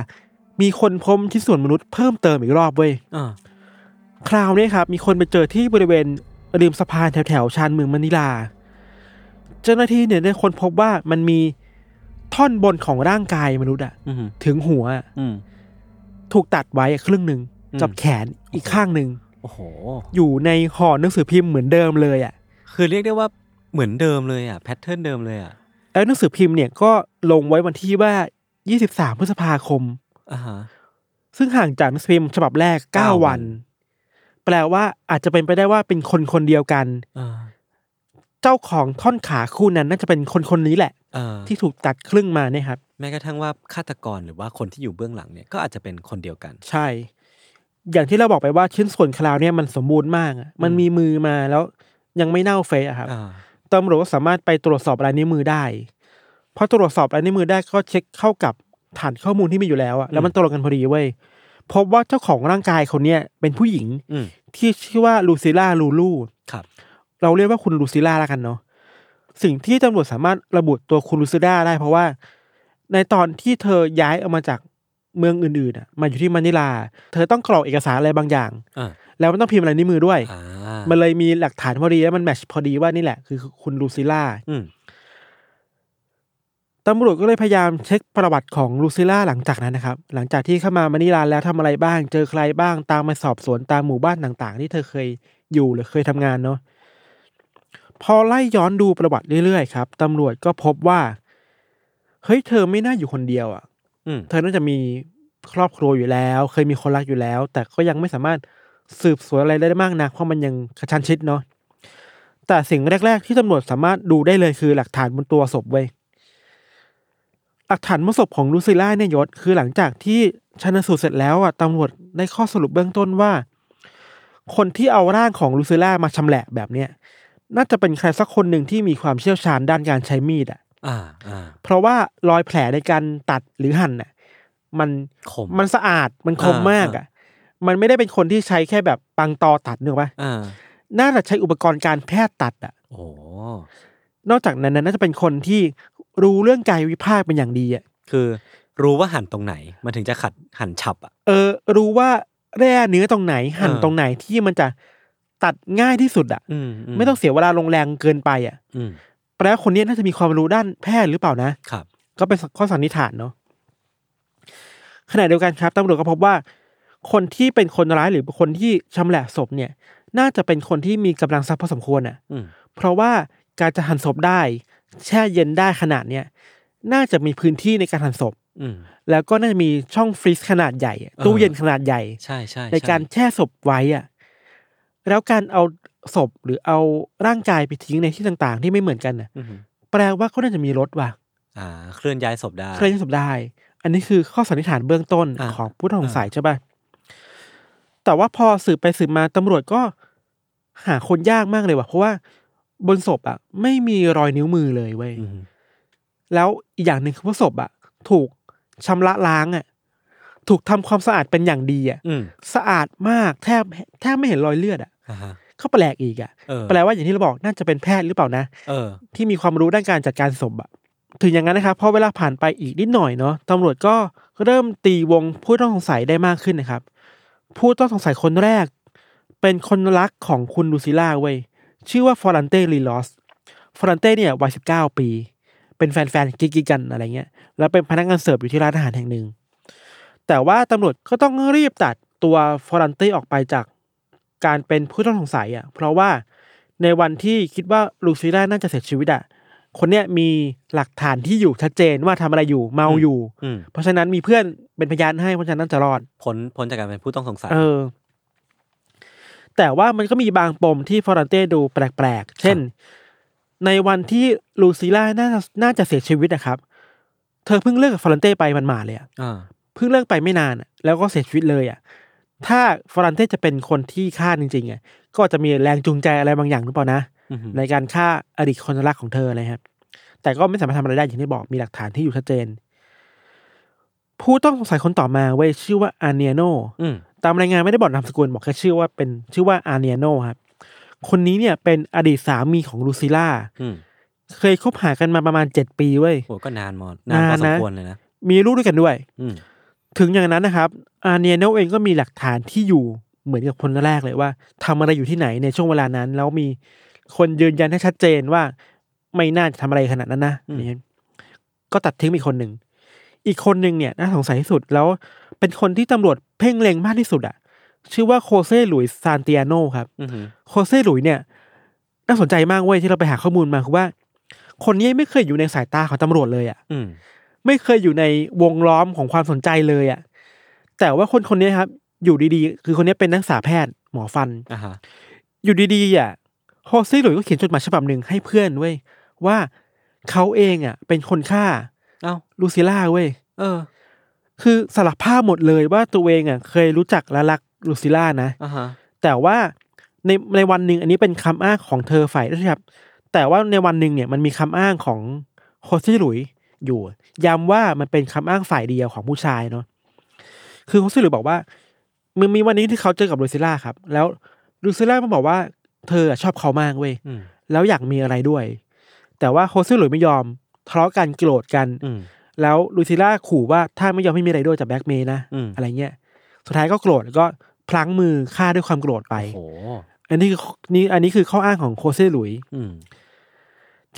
C: มีคนพบที่ส่วนมนุษย์เพิ่มเติมอีกรอบเว้ย
B: อ่า
C: คราวนี้ครับ มีคนไปเจอที่บริเวณริมสะพานแถวแถวๆชานเมืองมะนิลา เจ้าหน้าที่เนี่ยได้ค้นพบว่ามันมีท่อนบนของร่างกายมนุษย์อะ
B: อืม
C: ถึงหัวอะ
B: อืม
C: ถูกตัดไว้อะครึ่งหนึ่ง
B: อืม
C: กับแขนอีกข้างหนึ่ง
B: โอ้โห
C: อยู่ในห่อหนังสือพิมพ์เหมือนเดิมเลยอ่ะ
B: คือเรียกได้ว่าเหมือนเดิมเลยอ่ะ แพทเทิร์นเดิมเลยอ่ะ
C: แล้วหนังสือพิมพ์เนี่ยก็ลงไว้วันที่ว่า 23 พฤษภาคม
B: อ่าฮะ
C: ซึ่งห่างจากหนังสือพิมพ์ฉบับแรก
B: เก้า
C: 9
B: วั
C: วัน น แปลว่าอาจจะเป็นไปได้ว่าเป็นคนคนเดียวกัน
B: อ่า
C: เจ้าของท่อนขาคู่นั้นน่าจะเป็นคนคนนี้แหละ
B: อ่า
C: ที่ถูกตัดครึ่งมาเนี่ยครับ
B: แม้กระทั่งว่าฆาตกรหรือว่าคนที่อยู่เบื้องหลังเนี่ยก็อาจจะเป็นคนเดียวกัน
C: ใช่ อย่างที่เราบอกไปว่าชิ้นส่วนคลาวเนี่ยมันสมบูรณ์มากอะมันมีมือมาแล้วยังไม่เน่าเฟะอะครับ
B: อ่า
C: ตำรวจก็สามารถไปตรวจสอบลายนิ้วมือได้ พอตรวจสอบลายนิ้วมือได้ก็เช็คเข้ากับฐานข้อมูลที่มีอยู่แล้วอะแล้วมันตรงกันพอดีเว้ย พบว่าเจ้าของร่างกายคนเนี้ยเป็นผู้หญิง
B: อืม
C: ที่ชื่อว่าลูซิล่าลูลู
B: ครับ
C: เราเรียกว่าคุณลูซิล่าแล้วกันเนาะ สิ่งที่ตำรวจสามารถระบุตัวคุณลูซิล่าได้เพราะว่า ในตอนที่เธอย้ายออกมาจากเมืองอื่นๆอะมาอยู่ที่มะนิลา เธอต้องกรอกเอกสารอะไรบางอย่าง
B: อ่า
C: แล้วมันต้องพิมพ์ลายนิ้วมือด้วย
B: อ่า
C: มั
B: มัน
C: เลยมีหลักฐานพอดีแล้วมันแมทชพอดีว่านี่แหละคือคุณลูซิล่า
B: อืม
C: ตำรวจก็เลยพยายามเช็คประวัติของลูซิล่าหลังจากนั้นนะครับ หลังจากที่เข้ามามะนิลาแล้วทำอะไรบ้าง เจอใครบ้าง ตามมาสอบสวนตามหมู่บ้านต่างๆ ที่เธอเคยอยู่หรือเคยทำงานเนาะ พอไล่ย้อนดูประวัติเรื่อยๆครับตำรวจก็พบว่า เฮ้ยเธอไม่น่าอยู่คนเดียวอะ่ะ
B: อืม
C: เธอน่าจะมีครอบครัวอยู่แล้ว เคยมีคนรักอยู่แล้ว แต่ก็ยังไม่สามารถสืบสวนอะไรได้มากนักเพราะมันยังกระชันชิดเนาะ แต่สิ่งแรก ๆ ที่ตำรวจสามารถดูได้เลยคือหลักฐานบนตัวศพเว้ย หลักฐานบนศพของลูซิล่าเนี่ยยศคือหลังจากที่ชันสูตรเสร็จแล้วอ่ะตำรวจได้ข้อสรุปเบื้องต้นว่า คนที่เอาร่างของลูซิล่ามาชำแหละแบบเนี้ยน่าจะเป็นใครสักคนหนึ่งที่มีความเชี่ยวชาญด้านการใช้มีดอ่ะ
B: อ่าอ่า
C: เพราะว่ารอยแผลในการตัดหรือหั่นน่ะมัน
B: ขม
C: มันสะอาดมันคม
B: อ่าม
C: มากอ่ะ มันไม่ได้เป็นคนที่ใช้แค่แบบปังตอตัดเนกอะปะ
B: อ่า
C: น่าจะใช้อุปกรณ์การแพทย์ตัดอ่ะ
B: โอ้โห
C: นอกจากนั้นนะน่าจะเป็นคนที่รู้เรื่องกายวิภาคเป็นอย่างดีอ่ะ
B: คือรู้ว่าหันตรงไหน มันถึงจะขัดหันฉับอ่ะ
C: เออรู้ว่าแร่เนื้อตรงไหนหั่น
B: เออ
C: ตรงไหนที่มันจะตัดง่ายที่สุดอ่ะ
B: อืม
C: ไม่ต้องเสียเวลาลงแรงเกินไปอ่ะ
B: อืม
C: แปลว่าคนเนี้ยน่าจะมีความรู้ด้านแพทย์หรือเปล่านะ
B: ครับ
C: ก็เป็นข้อสันนิษฐานเนาะขณะเดียวกันครับตำรวจก็พบว่า คนที่เป็นคนร้ายหรือคนที่ชำแหละศพเนี่ย น่าจะเป็นคนที่มีกำลังทรัพย์พอสมควรอ่ะ
B: อืม
C: เพราะว่าการจะหั่นศพได้ แช่เย็นได้ขนาดเนี้ยน่าจะมีพื้นที่ในการหั่นศพ
B: อืม
C: แล้วก็น่าจะมีช่องฟรีซขนาดใหญ่อะ
B: เออ
C: ตู้เย็นขนาดใหญ่
B: ใช่ใช่ช่
C: ในการแช่ศพไว้อะแล้วการเอาศพหรือเอาร่างกายไปทิ้งในที่ต่างๆ ที่ไม่เหมือนกันน่ะ
B: อือหือ
C: แปลว่าก็น่าจะมีรถว่ะ
B: อ่า เคลื่อนย้ายศพได้
C: เคลื่อนย้ายศพได้ อันนี้คือข้อสันนิษฐานเบื้องต้น
B: อ่ะ
C: ของผู้ต้องสงสัยใช่ป่ะแต่ว่าพอสืบไปสืบมาตำรวจก็หาคนยากมากเลยว่ะเพราะว่าบนศพอ่ะ ไม่มีรอยนิ้วมือเลยเว้ย
B: อือหือ
C: แล้วอีกอย่างหนึ่งคือว่าศพอ่ะ ถูกชำระล้างอ่ะ ถูกทำความสะอาดเป็นอย่างดีอ่ะ
B: อืม
C: สะอาดมากแทบแทบไม่เห็นรอยเลือดอ่ะ
B: อ่าฮะ
C: ก็แปลกอีกอ่ะ
B: เออ
C: แปลว่าอย่างที่เราบอกน่าจะเป็นแพทย์หรือเปล่านะ
B: เออ
C: ที่มีความรู้ด้านการจัดการศพอะถึงอย่างนั้นนะครับพอเวลาผ่านไปอีกนิดหน่อยเนาะตำรวจก็เริ่มตีวงผู้ต้องสงสัยได้มากขึ้นนะครับ ผู้ต้องสงสัยคนแรก เป็นคนรักของคุณลูซิล่าเว้ยชื่อว่าฟอรันเต้ลีลอสฟอรันเต้เนี่ยวัยสิบเก้าปี เป็นแฟนๆกิ๊กๆกันอะไรเงี้ย แล้วเป็นพนักงานเสิร์ฟอยู่ที่ร้านอาหารแห่งหนึ่ง แต่ว่าตำรวจก็ต้องรีบตัดตัวฟอรันเต้ออกไปจากการเป็นผู้ต้องสงสัยอะ่ะ เพราะว่าในวันที่คิดว่าลูซิล่าน่าจะเสียชีวิตอะ่ะ คนเนี้ยมีหลักฐานที่อยู่ชัดเจนว่าทำอะไรอยู่เมาอยู่
B: อืม
C: เพราะฉะนั้นมีเพื่อนเป็นพยานให้เพราะฉะนั้นน่าจะรอด
B: พ้นพ้นจากการเป็นผู้ต้องสงสัย
C: เออ แต่ว่ามันก็มีบางปมที่ฟอรันเต้ดูแปลกๆ เช่น ในวันที่ลูซิล่าน่าจะน่าจะเสียชีวิตนะครับ เธอเพิ่งเลิกกับฟอรันเต้ไปมันมาดๆเลยอะ
B: อ่า
C: เพิ่งเลิกไปไม่นานอะแล้วก็เสียชีวิตเลยอ่ะ ถ้าฟอรันเต้จะเป็นคนที่ฆ่าจริงๆอ่ะก็จะมีแรงจูงใจอะไรบางอย่างหรือเปล่านะ
B: อือหือ
C: ในการฆ่าอดีตคนรักของเธอนะครับ แต่ก็ไม่สามารถทำอะไรได้อย่างที่บอกมีหลักฐานที่อยู่ชัดเจน ผู้ต้องสงสัยคนต่อมาเว้ยชื่อว่าอาเนียโน
B: อืม
C: ตามรายงานไม่ได้บอกนามสกุลบอกแค่ชื่อว่าเป็นชื่อว่าอาเนียโนครับคนนี้เนี่ยเป็นอดีตสามีของลูซิล่า
B: อืม
C: เคยคบหากันมาประมาณเจ็ดปีเว้ย
B: โหก็นานมอนนานพอนส
C: าน
B: ม
C: นะ
B: ควรเลยนะ
C: มีลูกด้วยกันด้วย
B: อืม
C: ถึงอย่างนั้นนะครับ อาเนียโนเองก็มีหลักฐานที่อยู่เหมือนกับคนแรกเลยว่าทำอะไรอยู่ที่ไหนในช่วงเวลานั้น แล้วมีคนยืนยันให้ชัดเจนว่า ไม่น่าจะทำอะไรขนาดนั้นนะนี่ก็ตัดทิ้งไปอีกคนหนึ่ง อีกคนหนึ่งเนี่ยน่าสงสัยที่สุดแล้วเป็นคนที่ตำรวจเพ่งเล็งมากที่สุดอะชื่อว่าโคเซ่หลุยส์ซานติอาโนครับ
B: อือหือ
C: โคเซ่หลุยส์เนี่ย น่าสนใจมากเว้ยที่เราไปหาข้อมูลมาคือว่า คนนี้ไม่เคยอยู่ในสายตาของตำรวจเลยอะ
B: อืม
C: ไม่เคยอยู่ในวงล้อมของความสนใจเลยอะ่ะ แต่ว่าคนคนนี้ครับ อยู่ดีๆ คือคนนี้เป็นนักศึกษาแพทย์หมอฟัน
B: อ่าฮะ
C: อยู่ดีๆอ่ะโฮซี่หลุยส์ก็เขียนจดหมายฉบับหนึ่งให้เพื่อนเว้ยว่าเขาเองอ่ะ เป็นคนฆ่า
B: เอ้า
C: ลูซิล่าเว้ย
B: เออ
C: คือสารภาพหมดเลยว่าตัวเองอ่ะ เคยรู้จักและรักลูซิล่านะ
B: อ่าฮะ
C: แต่ว่าในในวันหนึ่งอันนี้เป็นคำอ้างของเธอฝ่ายนะครับ แต่ว่าในวันหนึ่งเนี่ยมันมีคำอ้างของโคซี่หลุยอยู่ ย้ำว่ามันเป็นคำอ้างฝ่ายเดียวของผู้ชายเนาะคือโคซี่หลุยบอกว่ามันมีวันนี้ที่เขาเจอกับลูซิล่าครับ แล้วลูซิล่ามันบอกว่าเธออะชอบเขามากเว้ย
B: อืม
C: แล้วอยากมีอะไรด้วย แต่ว่าโคซี่หลุยไม่ยอมทะเลาะกันโกรธกัน
B: อืม
C: แล้วลูซิล่าขู่ว่าถ้าไม่ยอมให้มีอะไรด้วยจะแบล็กเมย์นะ
B: อืม
C: อะไรเงี้ยสุดท้ายก็โกรธแล้วก็พลั้งมือฆ่าด้วยความโกรธไป
B: โอ้โห
C: อันนี้คือนี่อันนี้คือข้ออ้างของโคเซ่หลุย
B: อืม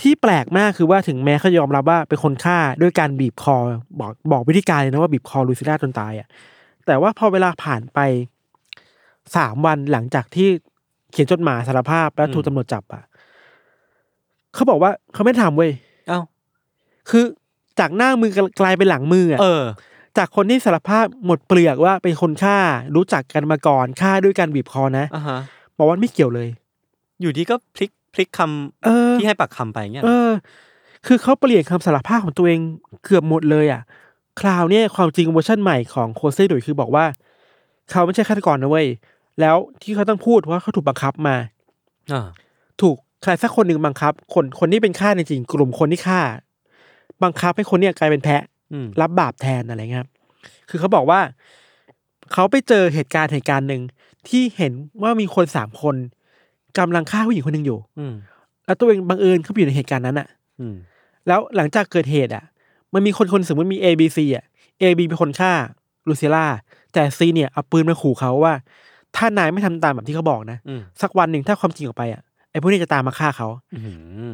C: ที่แปลกมากคือว่าถึงแม้เขายอมรับว่าเป็นคนฆ่าด้วยการบีบคอบอกบอกวิธีการเลยนะว่าบีบคอลูซิล่าจนตายอะ่ะแต่ว่าพอเวลาผ่านไปสามวันหลังจากที่เขียนจดหมายสารภาพแล้วถูกตำรวจจับอะ่ะเขาบอกว่าเขาไม่ทำเว้ย
B: เอ้า
C: คือจากหน้ามือกลายเป็นหลังมืออ่ะ
B: เออ
C: จากคนที่สารภาพหมดเปลือกว่าเป็นคนฆ่ารู้จักกันมาก่อนฆ่าด้วยการบีบคอนะ
B: อ่าฮะ
C: บอกว่าไม่เกี่ยวเลย
B: อยู่ดีก็พลิกพลิกค
C: เออ
B: ำที่ให้ปากคำไปเงี้ย
C: เอ
B: เหรอ
C: อ คือเขาเปลี่ยนคำสารภาพของตัวเองเกือบหมดเลยอ่ะ คราวเนี้ยความจริงเวอร์ชันใหม่ของโคเซ่ดุยคือบอกว่า เขาไม่ใช่ฆาตกรนะเว้ย แล้วที่เขาต้องพูดเพราะว่าเขาถูกบังคับมา
B: อ่า
C: ถูกใครสักคนหนึ่งบังคับ คนคนที่เป็นฆ่าจริงๆกลุ่มคนที่ฆ่า บังคับให้คนเนี้ยกลายเป็นแพะ
B: อืม
C: รับบาปแทนอะไรเงี้ยครับ คือเขาบอกว่า เขาไปเจอเหตุการณ์เหตุการณ์หนึ่งที่เห็นว่ามีคนสามคนกำลังฆ่าผู้หญิงคนหนึ่งอยู่
B: อืม
C: แล้วตัวเองบังเอิญเข้าไปอยู่ในเหตุการณ์นั้นอะ
B: อืม
C: แล้วหลังจากเกิดเหตุอะมันมีคนคนสมมติมี A B C อะ A B เป็นคนฆ่าลูซิล่า แต่ C เนี่ยเอาปืนมาขู่เขาว่า ถ้านายไม่ทำตามแบบที่เขาบอกนะ
B: อืม
C: สักวันหนึ่งถ้าความจริงออกไปอะไอ้พวกนี้จะตามมาฆ่าเขา
B: อืม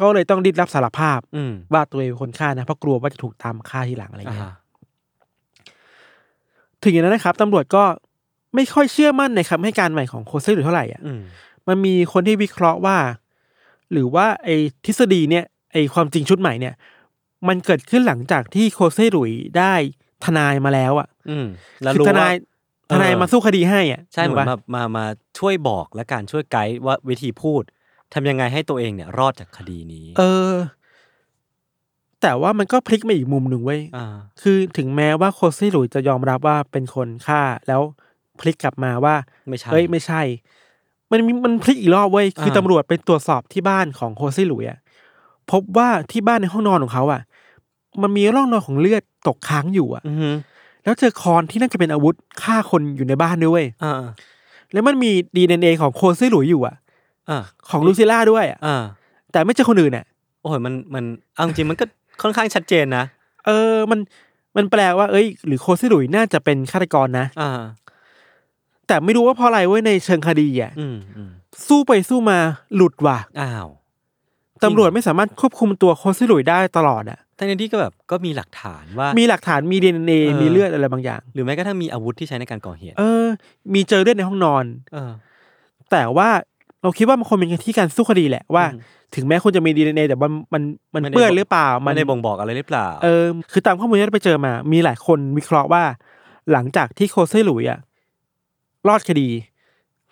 C: ก็เลยต้องรีบรับสารภาพ
B: อืม
C: ว่าตัวเองเป็นคนฆ่านะเพราะกลัวว่าจะถูกตามมาฆ่าทีหลังอะไร
B: อ่า
C: เงี้ย
B: ฮะ
C: ถึงอย่างนั้นนะครับตำรวจก็ไม่ค่อยเชื่อมั่นในคำให้การใหม่ของโคเซ่หรือเท่าไหร่อ่ะ
B: อืม
C: มันมีคนที่วิเคราะห์ว่า หรือว่าไอ้ทฤษฎีเนี่ยไอ้ความจริงชุดใหม่เนี่ย มันเกิดขึ้นหลังจากที่โคเซ่หลุยได้ทนายมาแล้วอ่ะ
B: อืมแล้ว
C: คือ
B: รู้
C: ท
B: ว่า
C: นายทนายมาสู้คดีให้อ่ะ
B: ใช่เหมือน
C: ถูกปะ
B: มามามาช่วยบอกและการช่วยไกด์ว่าวิธีพูดทำยังไงให้ตัวเองเนี่ยรอดจากคดีนี้
C: เออ แต่ว่ามันก็พลิกมาอีกมุมหนึ่งเว้ย
B: อ่า
C: คือถึงแม้ว่าโคซี่หลุยจะยอมรับว่าเป็นคนฆ่า แล้วพลิกกลับมาว่า
B: ไม่ใช่
C: เอ้ยไม่ใช่ มันมีมันพลิกอีกรอบเว้ย คือ
B: อ่า
C: ตำรวจไปตรวจสอบที่บ้านของโคซี่หลุยอะพบว่าที่บ้านในห้องนอนของเขาอะมันมีร่องรอยของเลือดตกค้างอยู่อะ
B: อือฮึ
C: แล้วเจอคอนที่น่าจะเป็นอาวุธฆ่าคนอยู่ในบ้านด้วยเวย
B: อ่า
C: แล้วมันมีดีเอ็นเอของโคซี่หลุยอยู่อะ
B: อ่า
C: ของลูซิล่าด้วยอะ
B: อ่า
C: แต่ไม่เจอคนอื่นอะ
B: โอ้ยมันมันเอาจริงๆมันก็ค่อนข้างชัดเจนนะ
C: เออ มัน มันแปลว่า เอ้ย หรือโคซิหลุยน่าจะเป็นฆาตกรนะ
B: อ่า
C: แต่ไม่รู้ว่าเพราะอะไรเว้ยในเชิงคดีอ่ะ
B: อืมอืม
C: สู้ไปสู้มาหลุดว่ะ
B: อ้าว
C: ตำรวจไม่สามารถควบคุมตัวโคซิหลุยได้ตลอดอ่ะ
B: ทั้งนี้ที่ก็แบบก็มีหลักฐานว่า
C: มีหลักฐาน มีดีเอ็นเอ
B: เออ
C: มีเลือดอะไรบางอย่าง
B: หรือแม้กระทั่งมีอาวุธที่ใช้ในการก่อเหตุ
C: เออ มีเจอเลือดในห้องนอน
B: เออ
C: แต่ว่าเราคิดว่ามันคงเป็นที่การสู้คดีแหละว่า
B: อืม
C: ถึงแม้คุณจะมีดีเอ็นเอแต่มัน มัน มัน
B: ไม่ได้
C: เปื้อนหรือเปล่า
B: มั
C: มัน
B: ได้บ่งบอกอะไรหรือเปล่า
C: เออ คือตามข้อมูลที่เราไปเจอมา มีหลายคนวิเคราะห์ว่า หลังจากที่โคซิหลุยอ่ะ รอดคดี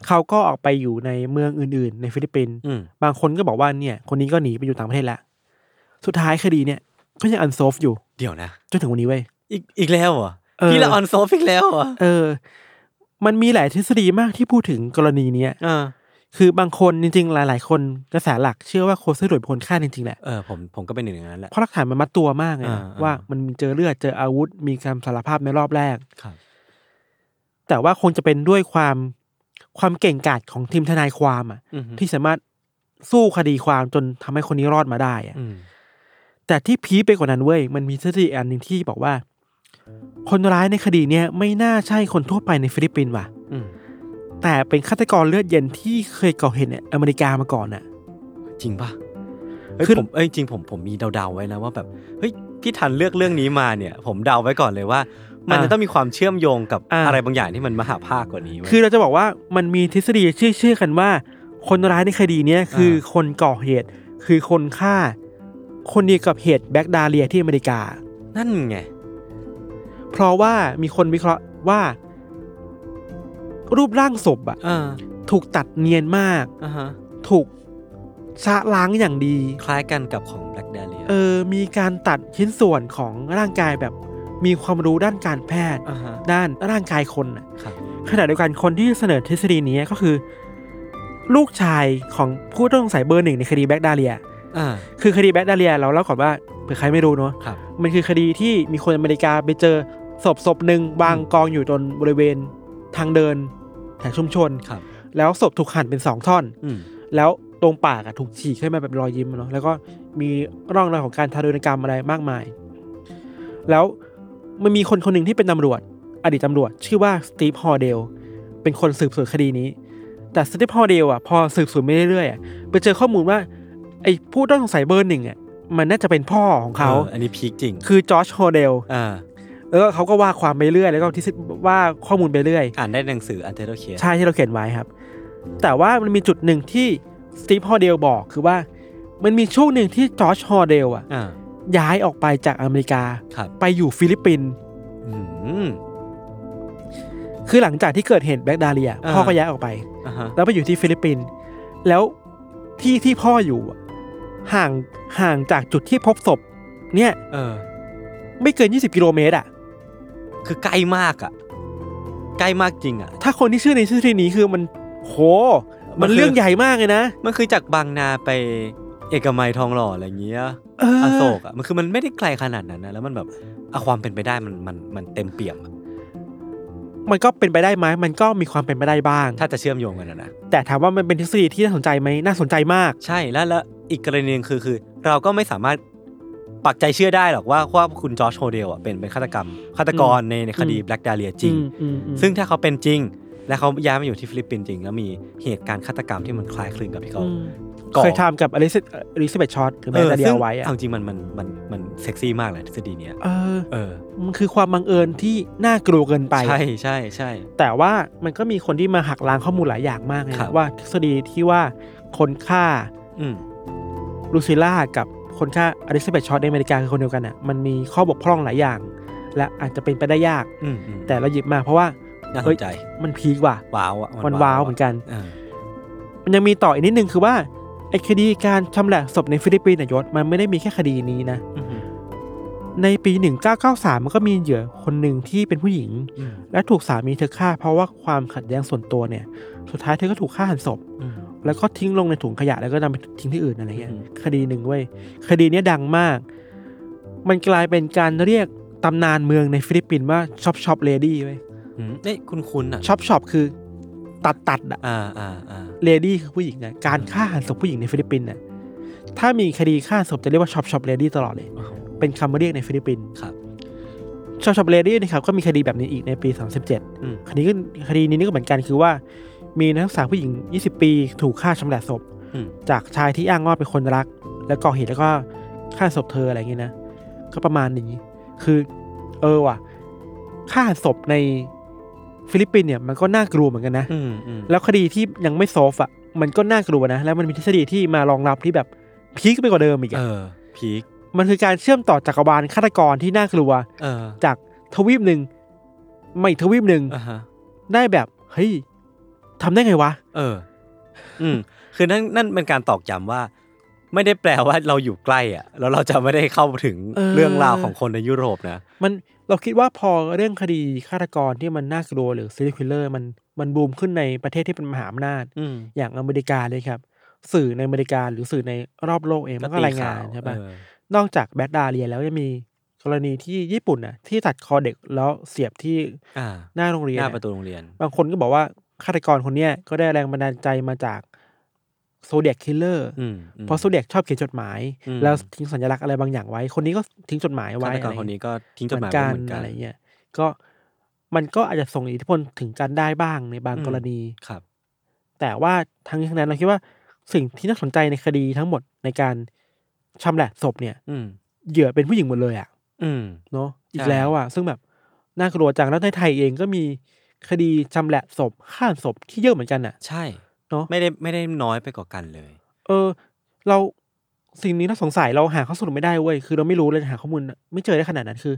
C: เขาก็ออกไปอยู่ในเมืองอื่น ๆ ในฟิลิปปินส์
B: ม
C: บางคนก็บอกว่าเนี่ย คนนี้ก็หนีไปอยู่ต่างประเทศละสุดท้ายคดีเนี่ยก็ยังอันโซฟอยู่
B: เดี๋ยวนะ
C: จนถึงวันนี้เว้ย
B: อีกอีกแล้วเหรอ่ะ
C: เออ
B: พี่ละออนโซฟอีกแล้วเหรอ่ะ
C: เออ มันมีหลายทฤษฎีมากที่พูดถึงกรณีเนี้ย
B: อ่า
C: คือบางคนจริง ๆ หลาย ๆ คนกระแสหลักเชื่อว่าโคเซโดยเป็นคนฆ่าจริงๆแหละ
B: เออผมผมก็เป็นหนึ่งในนั้นแหละ
C: เพราะหลักฐานมันมัดตัวมากเลยนะ
B: อ่าอ่า
C: ว่ามันมีเจอเลือดเจออาวุธ มีคำสารภาพในรอบแรก
B: ครับ
C: แต่ว่าคงจะเป็นด้วยความความเก่งกาจของทีมทนายความอ่ะ
B: อือฮึ
C: ที่สามารถสู้คดีความจนทำให้คนนี้รอดมาได้อะ
B: อืม
C: แต่ที่พีคไปกว่านั้นเว้ย มันมีทฤษฎีอันหนึ่งที่บอกว่า คนร้ายในคดีเนี้ยไม่น่าใช่คนทั่วไปในฟิลิปปินส์ว่ะ
B: อืม
C: แต่เป็นฆาตกรเลือดเย็นที่เคยก่อเหตุในอเมริกามาก่อนน่ะ
B: จริงปะเฮ้ย
C: คือ
B: ผมเอ้ยจริงผมผมมีเดาๆไว้นะว่าแบบเฮ้ยพี่ทันเลือกเรื่องนี้มาเนี่ย ผมเดาไว้ก่อนเลยว่า มันจะต้องมีความเชื่อมโยงกับ
C: อ่า
B: อะไรบางอย่างที่มันมหาภาคกว่านี้เว้ย
C: คือเราจะบอกว่ามันมีทฤษฎีเชื่อเชื่อกันว่า คนร้ายในคดีเนี้ยคือ
B: อ่า
C: คนก่อเหตุ คือคนฆ่า คนเดียวกับเหตุแบ็กดาเลียที่อเมริกา
B: นั่นไง
C: เพราะว่ามีคนวิเคราะห์ว่า รูปร่างศพอะ
B: อ่า
C: ถูกตัดเนียนมาก
B: อ่าฮะ
C: ถูกชะล้างอย่างดี
B: คล้ายกันกับของ Black Dahlia
C: เออ มีการตัดชิ้นส่วนของร่างกายแบบมีความรู้ด้านการแพทย์
B: อ่าฮะ
C: ด้านร่างกายคนน่ะ
B: ครับ
C: ขณะเดียวกันคนที่เสนอทฤษฎีนี้ก็คือ ลูกชายของผู้ต้องสงสัยเบอร์หนึ่งในคดีแบ็กดาเลีย
B: อ่า
C: คือคดีแบ็กดาเลียเราเล่าก่อนว่าเผื่อใครไม่รู้เนาะ
B: ครับ
C: มันคือคดีที่มีคนอเมริกาไปเจอศพศพหนึ่งวางกองอยู่ตนบริเวณทางเดินแถวชุมชน
B: ครับ
C: แล้วศพถูกหั่นเป็นสองท่อน
B: อืม
C: แล้วตรงปากอะถูกฉีกขึ้นมาแบบรอยยิ้มอะเนาะแล้วก็มีร่องรอยของการทารุณกรรมอะไรมากมาย แล้วมันมีคนคนหนึ่งที่เป็นตำรวจ อดีตตำรวจ ชื่อว่าสตีฟฮอร์เดลเป็นคนสืบสวนคดีนี้ แต่สตีฟฮอร์เดลอะพอสืบสวนไปเรื่อยๆอะไปเจอข้อมูลว่าไอ้ผู้ต้องสงสัยเบอร์หนึ่งอะมันน่าจะเป็นพ่อของเขา
B: อออันนี้พีคจริง
C: คือจอร์จฮอร์เดล
B: อ่า
C: แล้วก็เขาก็ว่าความไปเรื่อย แล้วก็ที่ว่าข้อมูลไปเรื่อย
B: อ่านได้ในหนังสือ Untitled Case
C: ใช่ที่เราเขียนไว้ครับ แต่ว่ามันมีจุดหนึ่งที่สตีฟฮอร์เดลบอกคือว่า มันมีช่วงหนึ่งที่จอร์จฮอร์เดลอะ
B: อ่า
C: ย้ายออกไปจากอเมริกา
B: ครับ
C: ไปอยู่ฟิลิปปินส์
B: อืม
C: คือหลังจากที่เกิดเหตุแบล็กดาเลีย
B: อ่า
C: พ่อก็ย้ายออกไป
B: อ่าฮะ
C: แล้วไปอยู่ที่ฟิลิปปินส์แล้วที่ที่พ่ออยู่อะห่างห่างจากจุดที่พบศพ เนี่ย
B: เออ
C: ไม่เกิน 20 กิโลเมตรอะ
B: คือใกล้มากอ่ะใกล้มากจริงอ่ะ
C: ถ้าคนที่เชื่อในทฤษฎีนี้คือมันโห
B: มั
C: มัน น
B: คือ
C: เรื่องใหญ่มากเลยนะ
B: มันคือจากบางนาไปเอกมัยทองหล่ออะไรอย่างเงี้ย
C: เออ
B: อโศกอ่ะมันคือมันไม่ได้ไกลขนาดนั้นนะแล้วมันแบบอะความเป็นไปได้มันมันมันเต็มเปี่ยมอะ
C: มันก็เป็นไปได้ไหมมันก็มีความเป็นไปได้บ้าง
B: ถ้าจะเชื่อมโยงกันอะนะ
C: แต่ถามว่ามันเป็นทฤษฎีที่น่าสนใจไหมน่าสนใจมาก
B: ใช่แล้วแล้วอีกกรณีหนึงคือคือ เราก็ไม่สามารถปักใจเชื่อได้หรอกว่าว่าคุณจอร์จโฮเดลอ่ะเป็นเป็นฆาตกรรมฆาตกรในในคดี
C: อืม
B: แบล็กดาเลียจริง
C: อืมอืมอืม
B: ซึ่งถ้าเขาเป็นจริง และเขาย้ายมาอยู่ที่ฟิลิปปินส์จริง แล้วมีเหตุการณ์ฆาตกรรมที่มันคล้ายคลึงกับที่เขา
C: อืม
B: ก่อ
C: เคยทำกับอลิซอลิซาเบธชอตหรือแม่แต่เดีย
B: ซึ่ง
C: วไว้อะ
B: เอาจริงมันมันมันมันเซ็กซี่มากเลยทฤษฎีเนี้ย
C: เออ
B: เออ
C: มันคือความบังเอิญที่น่ากลัวเกินไป
B: ใช่ใช่ใช่
C: แต่ว่ามันก็มีคนที่มาหักล้างข้อมูลหลายอย่างมากเลย
B: ครับ
C: นะว่าทฤษฎีที่ว่าคนฆ่า
B: อืม
C: ลูซิล่ากับคนฆ่าอลิซาเบธชอตในอเมริกาคือคนเดียวกันอ่ะมันมีข้อบกพร่องหลายอย่าง และอาจจะเป็นไปได้ยาก
B: อืมอืม
C: แต่เราหยิบมาเพราะว่า
B: น่าส
C: เฮ้ย
B: นใจ
C: มันพีกว่ะ
B: ว้าวอ่ะ
C: มันว้าวเหมือนกัน
B: เออ
C: มันยังมีต่ออีกนิดนึงคือว่าไอ้คดีการชำแหละศพในฟิลิปปินส์นะยศมันไม่ได้มีแค่คดีนี้นะ
B: อืม
C: ในปี 1993 มันก็มีเหยื่อคนหนึ่งที่เป็นผู้หญิง
B: อืม
C: และถูกสามีเธอฆ่าเพราะว่าความขัดแย้งส่วนตัวเนี่ย สุดท้ายเธอก็ถูกฆ่าหันศพ
B: อืม
C: แล้วก็ทิ้งลงในถุงขยะแล้วก็นำไปทิ้งที่อื่นอะไรเงี้ย
B: อืม
C: คดีหนึ่งเว้ยคดีเนี้ยดังมาก มันกลายเป็นการเรียกตำนานเมืองในฟิลิปปินส์ว่าช็อปช็อปเลดี้เว้ย
B: อืมเอ้ยคุณคุณอ่ะ
C: ช็อปช็อปคือตัดตัดอะ
B: อ่าอ่าอ่า
C: เลดี้คือผู้หญิงอะการฆ่าหันศพผู้หญิงในฟิลิปปินส์น่ะถ้ามีคดีฆ่าศพจะเรียกว่าช็อปช็อปเลดี้ตลอดเลย
B: โอ้โห
C: เป็นคำเรียกในฟิลิปปินส์
B: ครับ
C: ช็อปช็อปเลดี้นะครับก็มีคดีแบบนี้อีกในปี
B: อืม
C: 37 คดีก็คดีนี้นี่ก็เหมือนกันคือว่า มีนักศึกษาผู้หญิง 20 ปีถูกฆ่าชำแหละศพ
B: อืม
C: จากชายที่อ้างว่าเป็นคนรัก แล้วก่อเหตุแล้วก็ฆ่าศพเธออะไรอย่างเงี้ยนะ ก็ประมาณนี้ คือ เออว่ะฆ่าหันศพในฟิลิปปินส์เนี่ยมันก็น่ากลัวเหมือนกันนะ
B: อืมอืม
C: แล้วคดีที่ยังไม่โซฟอ่ะ มันก็น่ากลัวนะ แล้วมันมีทฤษฎีที่มารองรับที่แบบพีคไปกว่าเดิมอีก
B: เอ
C: อะ
B: อพีค
C: มันคือการเชื่อมต่อจักรวาลฆาตกรที่น่ากลัว
B: เออ
C: จากทวีปหนึ่งไม่ทวีปหนึ่ง
B: อ่าฮะ
C: ได้แบบเฮ้ยทำได้ไงวะ
B: เออ อืม คือนั่นนั่นเป็นการตอกย้ำว่า ไม่ได้แปลว่าเราอยู่ใกล้อะแล้วเราจะไม่ได้เข้าถึง
C: เออ
B: เรื่องราวของคนในยุโรปนะ
C: มันเราคิดว่าพอเรื่องคดีฆาตกรที่มันน่ากลัวหรือซีรีส์คิลเลอร์มันมันบูมขึ้นในประเทศที่เป็นมหาอำนาจ
B: อืม
C: อย่างอเมริกาเลยครับ สื่อในอเมริกาหรือสื่อในรอบโลกเองมันก็รายงานใช่ปะ
B: เออน
C: อกจากแบดดาเรียนแล้วยังมีกรณีที่ญี่ปุ่นน่ะที่ตัดคอเด็กแล้วเสียบที่
B: อ่า
C: หน้าโรงเรีย
B: ห
C: น
B: น้า
C: น่ะ
B: ประตูโรงเรียน
C: บางคนก็บอกว่าฆาตกรคนเนี้ยก็ได้แรงบันดาลใจมาจากโซเดีย k คิลเลอร์
B: อืมม
C: เพราะโซเดีย k ชอบเขียนจดหมาย
B: อืม
C: แล้วทิ้งสัญลักษณ์อะไรบางอย่างไว้ คนนี้ก็ทิ้งจดหมายไว้
B: ฆาตกร
C: อะไร
B: คนนี้ก็ทิ้งจด
C: เห
B: ห
C: มื
B: มา
C: อย นกั
B: ไว้
C: น
B: เหมือนกัน
C: อะไรเงี้ยก็มันก็อาจจะส่งอิทธิพลถึงกันได้บ้างในบาง
B: อืม
C: กรณี
B: ครับ
C: แต่ว่าทั้งนี้ทั้งนั้นเราคิดว่าสิ่งที่น่าสนใจในคดีทั้งหมดในการชำแหละศพเนี่ย
B: อืม
C: เหยื่อเป็นผู้หญิงหมดเลยอ่ะ
B: อืม
C: เนาะอี
B: ใช่
C: กแล้วอ่ะ ซึ่งแบบน่ากลัวจังแล้วในไทยเองก็มีคดีชำแหละศพฆ่าศพที่เยอะเหมือนกันน่ะ
B: ใช่
C: เนอะ
B: ไม่ได้ไม่ได้น้อยไปกว่ากันเลย
C: เออ เราสิ่งนี้เราสงสัยเราหาข้อสรุปไม่ได้เว้ยคือเราไม่รู้เลยหาข้อมูลไม่เจอได้ขนาดนั้นคือ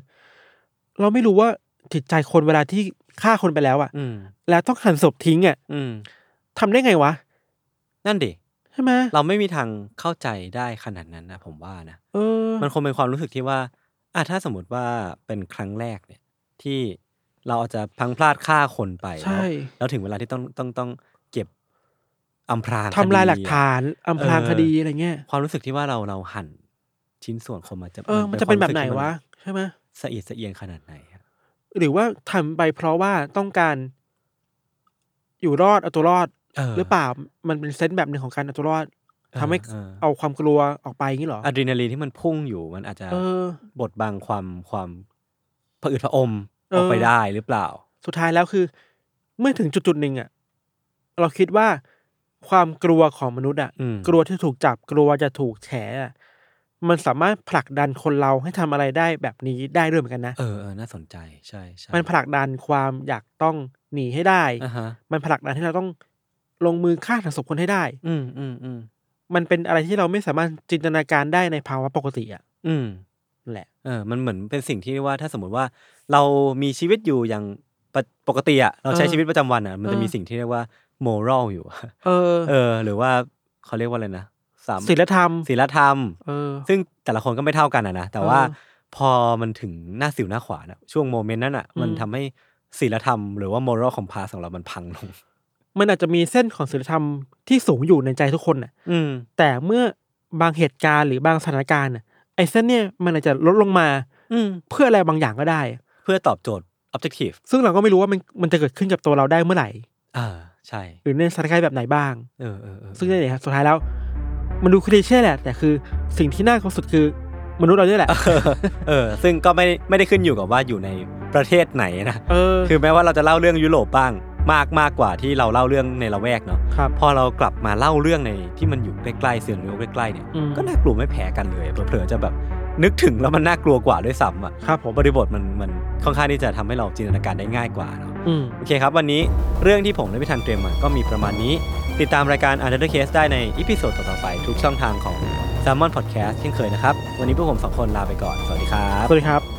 C: เราไม่รู้ว่าจิตใจคนเวลาที่ฆ่าคนไปแล้วอ่ะ
B: อืม
C: แล้วต้องหั่นศพทิ้งอ่ะ
B: อืม
C: ทำได้ไงวะ
B: นั่นดิ
C: ใช่ไหม
B: เราไม่มีทางเข้าใจได้ขนาดนั้นนะผมว่านะ
C: เออ
B: มันคงเป็นความรู้สึกที่ว่าอ่ะถ้าสมมติว่าเป็นครั้งแรกเนี่ย ที่เราอาจจะพลังพลาดฆ่าคนไป
C: ใช่
B: แล้วแล้วถึงเวลาที่ต้องต้องต้องเก็บอำพราง
C: ทำลายหลัก
B: คดีอะ
C: ฐานอำพราง
B: เออ
C: คดีอะไรเงี้ย
B: ความรู้สึกที่ว่าเราเราหั่นชิ้นส่วนคนมาจะ
C: เออ มันจะเป็นแบบไห
B: คว
C: นะ
B: วามรู้สึกที่
C: ใช่ไหม
B: มันสะเอียดสะเอียนขนาดไหนอะ
C: หรือว่าทำไปเพราะว่าต้องการ อยู่รอดเอาตัวรอด หรือเปล่ามันเป็นเซนส์แบบหนึ่งของการเอาตัวรอดทำให้
B: เออ
C: เอาความกลัวออกไปอย่างนี้เหรอ
B: อะดรีนาลีนที่มันพุ่งอยู่มันอาจจะ
C: เออ
B: บดบังความความผะอืดผะอม
C: เอ
B: อ
C: อ
B: อกไปได้หรือเปล่า
C: สุดท้ายแล้วคือ เมื่อถึงจุดจุดๆหนึ่งอ่ะ เราคิดว่าความกลัวของมนุษย์อ่ะ
B: อืม
C: กลัวที่ถูกจับกลัวจะถูกแฉอะมันสามารถผลักดันคนเราให้ทำอะไรได้แบบนี้ได้ด้วยเหมือนกันนะ
B: เออเออน่าสนใจใช่ใช่
C: มันผลักดันความอยากต้องหนีให้ได้
B: อ่ะฮะ
C: มันผลักดันให้เราต้องลงมือฆ่าหันศพคนให้ได้
B: อืมอืมอืม
C: มันเป็นอะไรที่เราไม่สามารถจินตนาการได้ในภาวะปกติอ่ะ
B: อืม
C: นั่นแหละ
B: เออ มันเหมือนเป็นสิ่งที่ว่าถ้าสมมติว่าเรามีชีวิตอยู่อย่างปะปกติอะเราใช้
C: เออ
B: ชีวิตประจำวันอะมันจะ
C: เออ
B: มีสิ่งที่เรียกว่า m o r a l อยู่อะ
C: เออ
B: เออ หรือว่าเขาเรียกว่าอะไรนะสาม
C: ศีลธรรม
B: ศีลธรรม
C: เออ
B: ซึ่งแต่ละคนก็ไม่เท่ากันอะนะ แต่ว่า
C: เออ
B: พอมันถึงหน้าสิวหน้าขวานะช่วงโมเมนต์นั้นอะ
C: อืม
B: มันทำให้ศีลธรรมหรือว่า moral compass ของเรามันพังลง
C: มันอาจจะมีเส้นของศีลธรรมที่สูงอยู่ในใจทุกคนน่ะ
B: อืม
C: แต่เมื่อบางเหตุการณ์หรือบางสถานการณ์น่ะไอ้เส้นเนี่ยมันอาจจะลดลงมา
B: อืม
C: เพื่ออะไรบางอย่างก็ได้
B: เพื่อตอบโจทย์ objective
C: ซึ่งเราก็ไม่รู้ว่ามันมันจะเกิดขึ้นกับตัวเราได้เมื่อไหร่
B: อ่าใช่
C: หรือในสถานการณ์แบบไหนบ้าง
B: เออเออเออ
C: ซึ่งนี่นเองครับสุดท้ายแล้ว มันดูคลีเช่แหละ แต่คือสิ่งที่น่ากลัวสุดคือมนุษย์เราเนี่ยแหละ
B: เออเออ ซึ่งก็ไม่ได้ไม่ได้ขึ้นอยู่กับว่าอยู่ในประเทศไหนนะ
C: เออ
B: คือแม้ว่าเราจะเล่าเรื่องยุโรปบ้าง มากมากกว่าที่เราเล่าเรื่องในละแวกเนาะ
C: ครับ
B: พอเรากลับมาเล่าเรื่องในที่มันอยู่ใกล้ๆเสือนหรือใกล้ๆเนี่ย
C: อืม
B: ก็น่ากลัวไม่แพ้กันเลยเผลอๆจะแบบนึกถึงแล้วมันน่ากลัวกว่าด้วยซ้ำอ่ะ
C: ครับผม
B: บริบทมันมันค่อนข้างที่จะทำให้เราจินตนาการได้ง่ายกว่าเนาะ
C: อืม
B: โอเคครับ วันนี้เรื่องที่ผมและพี่ทันเตรียมมาก็มีประมาณนี้ ติดตามรายการ u n d e r Case ได้ในอีพิโซดต่อๆไปทุกช่องทางของ s a l m o n Podcast เช่นเคยนะครับ วันนี้พวกผมสองคนลาไปก่อน สวัสดีครับ
C: สวัสดีครับ